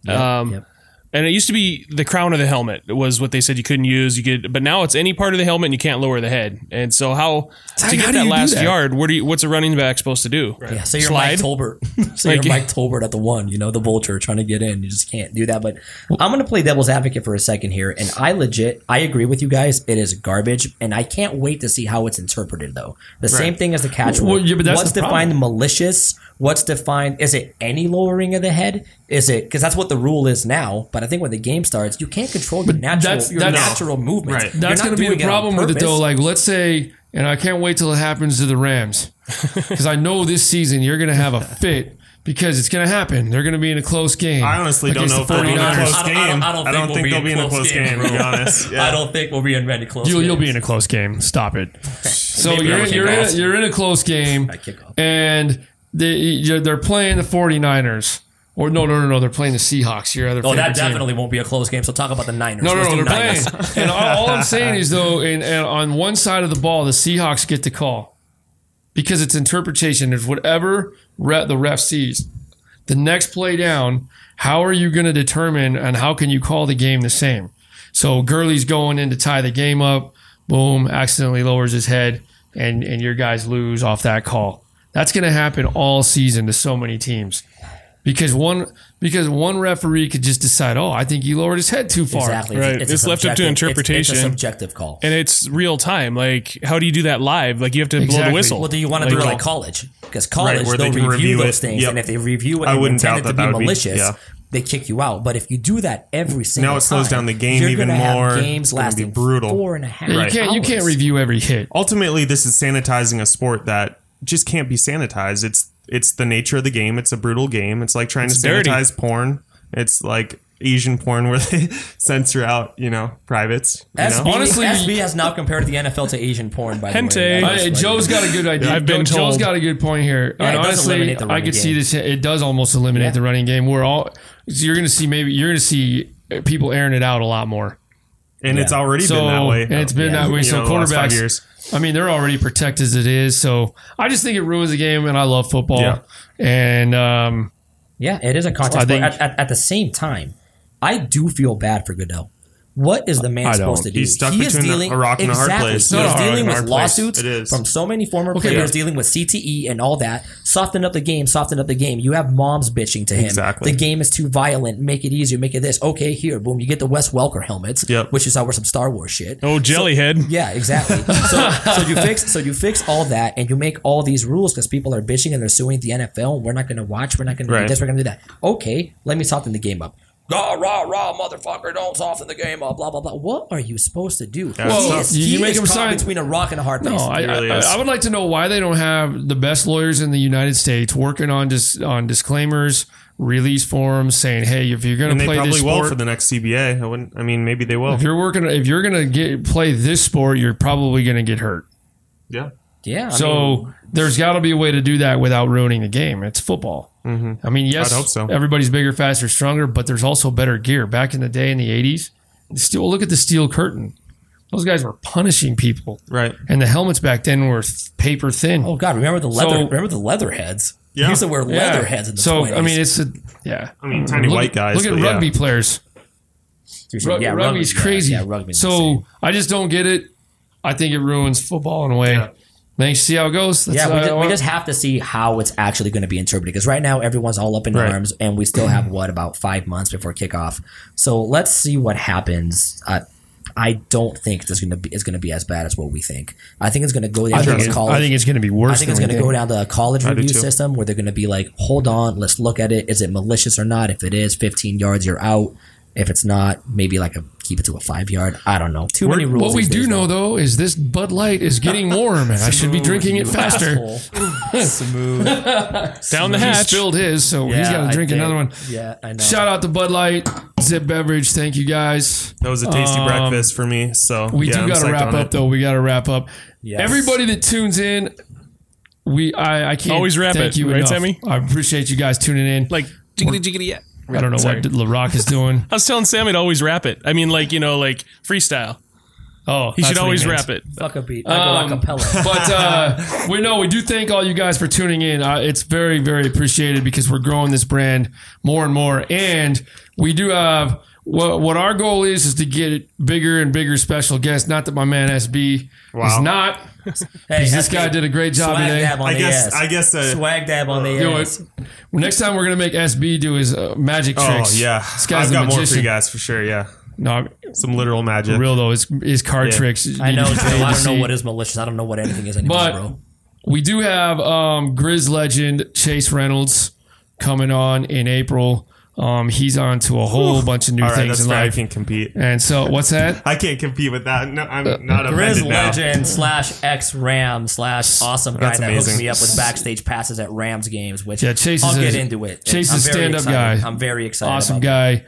Yep. Um, yep. And it used to be the crown of the helmet was what they said you couldn't use. You could, but now it's any part of the helmet and you can't lower the head. And so how how- to how get do that you do last that? yard? What do you? What's a running back supposed to do? Yeah, so you're Slide? Mike Tolbert. so Like- you're Mike Tolbert at the one, you know, the vulture trying to get in. You just can't do that. But I'm going to play devil's advocate for a second here. And I legit, I agree with you guys. It is garbage. And I can't wait to see how it's interpreted, though. The same thing as the catch Well, rule. yeah, but that's What's the problem. defined malicious? What's defined? Is it any lowering of the head? Is it because that's what the rule is now? But I think when the game starts, you can't control your natural, that's- your that's- natural movement. Right. That's going to be the problem with it, though. Like, let's say, and I can't wait till it happens to the Rams, because I know this season you're going to have a fit because it's going to happen. They're going to be in a close game. I honestly don't know if against the they'll be in a 49ers. close game. I don't, think, we'll they'll be in a close game, to be honest. Yeah. I don't think we'll be in many close. You'll, you'll games. be in a close game. Stop it. So Maybe you're on you're in, a, kickoff. you're in a close game, At kickoff. and they you're, they're playing the 49ers. Or no, no, no, no. They're playing the Seahawks. Your other. Oh, favorite that team. definitely won't be a close game. So talk about the Niners. No, no, Let's no. do They're playing. Niners. and all, all I'm saying is though, and, and on one side of the ball, the Seahawks get the call because it's interpretation. It's whatever ref, the ref sees. The next play down, how are you going to determine and how can you call the game the same? So Gurley's going in to tie the game up. Boom! Accidentally lowers his head, and and your guys lose off that call. That's going to happen all season to so many teams. Because one because one referee could just decide, oh, I think he lowered his head too far. Exactly. Right. a It's left up to subjective- it's- interpretation. It's, a subjective call. And it's real time. Like how do you do that live? Like you have to blow Exactly. the whistle. well, do you want to do it like college? Because college, where they they'll can review, review those it. things, Yep. and if they review it, I and wouldn't intend doubt it to that that be would be- malicious. yeah. They kick you out. But if you do that every single Now it slows time, down the game you're even gonna have more. Games It's gonna be lasting brutal. four and a half. You can't you can't hours. review every hit. ultimately this is sanitizing a sport that just can't be sanitized. It's it's the nature of the game. It's a brutal game. It's like trying It's to dirty. sanitize porn. It's like Asian porn where they censor out, you know, privates. You know? SB, Honestly, SB has now compared the NFL to Asian porn. By Hente. the way, Yeah, I- Joe's got a good idea. I've been Joe, has told. got a good point here. and it does honestly, eliminate the I running could see game. this. It does almost eliminate Yeah. the running game. We're all you're going to see maybe you're going to see people airing it out a lot more. and it's already So been that way. and it's been that way. You so know, the last five quarterbacks, years. I mean, they're already protected as it is. So I just think it ruins the game, and I love football. Yeah. And um, Yeah, it is a contest. I but think- at, at, at the same time, I do feel bad for Goodell. What is the man I supposed to don't. do? He's stuck He is between a rock and a hard exactly. place. He It's is not a rock dealing and a with hard place. lawsuits It is. from so many former players, dealing with CTE and all that. Soften up the game, soften up the game. You have moms bitching to him. Exactly. The game is too violent. Make it easier. Make it this. Okay, here, boom. You get the Wes Welker helmets, Yep. which is how we're some Star Wars shit. oh, jellyhead. Yeah, exactly. So, so you fix so you fix all that, and you make all these rules because people are bitching and they're suing the NFL. And we're not going to watch. We're not going to Right. do this. We're going to do that. Okay, let me soften the game up. Rah rah rah, motherfucker! Don't soften the game up. Blah blah blah. What are you supposed to do? Well, He you- he you make him caught sign- between a rock and a hard place. No, I, really I, is. I would like to know why they don't have the best lawyers in the United States working on dis, on disclaimers, release forms, saying, "Hey, if you're going And they to play this probably will sport, for the next CBA. I wouldn't I mean maybe they will. if you're working, if you're going to get play this sport, you're probably going to get hurt." Yeah. yeah. I mean, So there's got to be a way to do that without ruining the game. It's football. I mean, yes, Mm-hmm. I'd hope so. everybody's bigger, faster, stronger, but there's also better gear. Back in the day in the '80s, still look at the steel curtain. Those guys were punishing people, Right. and the helmets back then were th- paper thin. oh god, remember the leather? So- remember the leather heads? Yeah. He used to wear Yeah. leather heads in the so 20s. I mean, it's a yeah. I mean tiny white guys. Look at but yeah. rugby players. Rug- yeah, rugby's rugby- yeah, crazy. Yeah, rugby's so insane. I just don't get it. I think it ruins football in a way. Man, you see how it goes. That's Yeah, uh, how we I just, we want- just have to see how it's actually going to be interpreted because right now everyone's all up in Right. arms, and we still have what about five months before kickoff. So let's see what happens. Uh, I don't think this going to be is going to be as bad as what we think. I think it's going to go down I to think, this it's- college. I think it's going to be worse. I think it's than going we to go think. down the college review too. system where they're going to be like, hold on, let's look at it. Is it malicious or not? If it is, 15 yards, you're out. If it's not, maybe like a keep it to a five yard. I don't know. Too many rules. What we these do days, know though. though is this Bud Light is getting warm, and I should be drinking it faster. Asshole. Down the He hatch. spilled his, so he's Yeah, got I to drink did. another one. Yeah, I know. Shout out to Bud Light, Zip Beverage. Thank you guys. That was a tasty breakfast for me. So Um, We yeah, do I'm got to psyched wrap on up it. though. We got to wrap up. Yes. Everybody that tunes in, we I, I can't Always wrap thank it, You right, enough. Sammy? I appreciate you guys tuning in. like jiggly jiggly yeah. I don't know Sorry. what LaRock is doing. I was telling Sammy to always wrap it. I mean, like you know, like freestyle. Oh, He that's should what always meant. wrap it. Fuck a beat. I go Um, acapella. But uh, we know we do thank all you guys for tuning in. Uh, it's very very appreciated because we're growing this brand more and more, and we do have what what our goal is is to get it bigger and bigger special guests. Not that my man SB is Wow. not. Hey, This guy did a great job swag today. dab on I the guess- ass. I guess, uh, swag dab on the Yo, ass. it- next time we're gonna make SB do his uh, magic Oh tricks. yeah, this guy's I've a got more for magician. you guys for sure. Yeah, No, I'm- some literal magic. real though, his his card tricks. I know. You need Joe, to pay I to don't know see. what is malicious. I don't know what anything is anymore, But- bro. We do have um, Grizz legend Chase Reynolds coming on in April. Um, he's on to a whole bunch of new All right, things that's in fair. I life. can compete. And so, what's that? I can't compete with that. No, I'm Uh, not Grizz offended now. legend slash ex Ram slash awesome guy That's that hooks amazing. me up with backstage passes at Rams games, which Yeah, Chase I'll is get a- into it. Chase I'm is a very stand-up excited. guy. I'm very excited. Awesome about guy.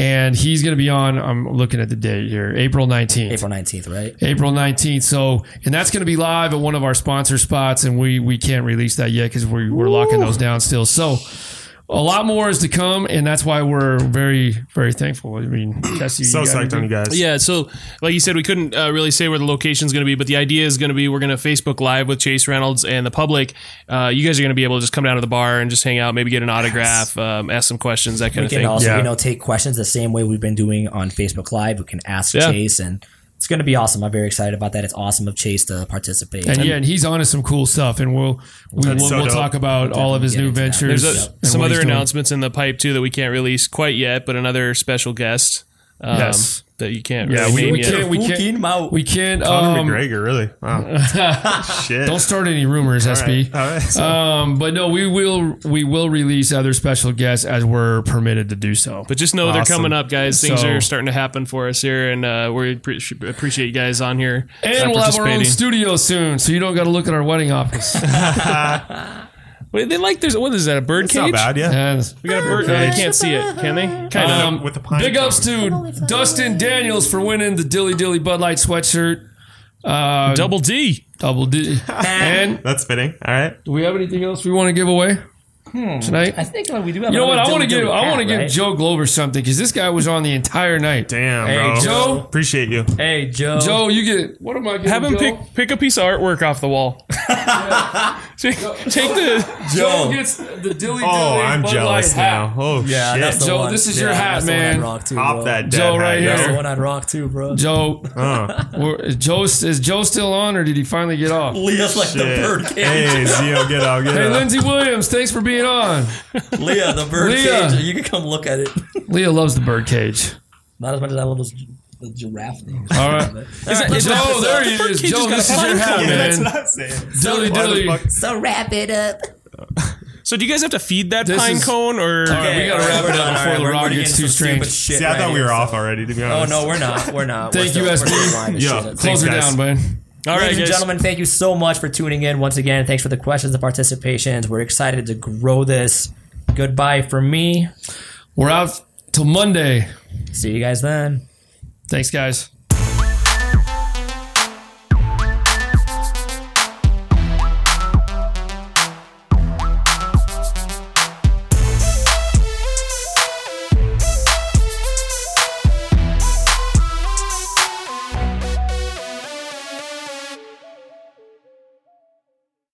And he's going to be on. I'm looking at the date here, April that. nineteenth. April nineteenth, right? April nineteenth. So, and that's going to be live at one of our sponsor spots, and we we can't release that yet because we we're locking those down still. So. A lot more is to come, and that's why we're very, very thankful. I mean, Jesse, So you got psyched on you anything? guys. Yeah, so like you said, we couldn't uh, really say where the location's going to be, but the idea is going to be we're going to Facebook Live with Chase Reynolds and the public. Uh, you guys are going to be able to just come down to the bar and just hang out, maybe get an autograph, um, ask some questions, that kind We of thing. can also, Yeah. you know, take questions the same way we've been doing on Facebook Live. We can ask Yeah. Chase, and it's going to be awesome. I'm very excited about that. It's awesome of Chase to participate. And yeah, and he's on to some cool stuff, and we'll we, we'll, so we'll dope. talk about all of his get new into that. ventures. There's a, and some what other he's doing. announcements in the pipe too that we can't release quite yet, but another special guest. Um, Yes. That you can't. Yeah, really we, name we yet. can't we Fucking can't mouth. we can't. Conor Um, Oh, McGregor, really? Wow. Shit. don't start any rumors, SB. All right. Um, but no, we will we will release other special guests as we're permitted to do so. But just know they're Awesome. coming up, guys. Things So- are starting to happen for us here, and uh, we pre- appreciate you guys on here. and uh, we'll have our own participating. studio soon, so you don't got to look at our wedding office. Wait, they like there's what is that a bird It's cage? not bad, Uh, yeah. Yes. We got a bird. They can't see it, can they? Kind of. Um, With the pine big cone. ups to Dustin Daniels for winning the Dilly Dilly Bud Light sweatshirt. Uh, Double D. double D. and That's fitting. All right. Do we have anything else we want to give away Hmm. tonight? I think like, we do have. you know what? I want to give do. I want to give Joe Glover something because this guy was on the entire night. Damn, Hey, bro. Joe. Appreciate you. Hey Joe. Joe, you get what am I giving? Have him Joe? pick pick a piece of artwork off the wall. take, take the. Joe gets the dilly dilly. Oh, I'm Bud jealous Light now. hat. Oh, Yeah, shit. that's the Joe, one. this is Yeah, your hat, that's man. The one I'd rock to, Pop bro. that Joe dad right hat, That's here. the yo. one I'd rock too, bro. Joe, Uh, we're- is Joe, is Joe still on or did he finally get off? Leah's like the shit. bird cage. Hey, Zio, get out, get Hey, out. Lindsey Williams, thanks for being on. Leah, the bird Leah. cage. You can come look at it. Leah loves the birdcage. Not as much as I love those gi- the giraffe things. All right. Joe, there he is. birdcage Joe, has got this a is your fine hat, coat. yeah, that's man. what I'm saying. Dilly Why the dilly. fuck- So wrap it up. So do you guys have to feed that This pine is- cone or? right, we gotta wrap it up before the rock gets too strange. See, I thought we were off already, to be Oh honest. no, we're not. We're not. Thank we're you, still, SB. We're still lying to Yeah. shit. Close her Thanks, down, man. All right, Ladies and guys. gentlemen, thank you so much for tuning in once again. Thanks for the questions, the participations. We're excited to grow this. Goodbye for me. We're out till Monday. See you guys then. Thanks, guys.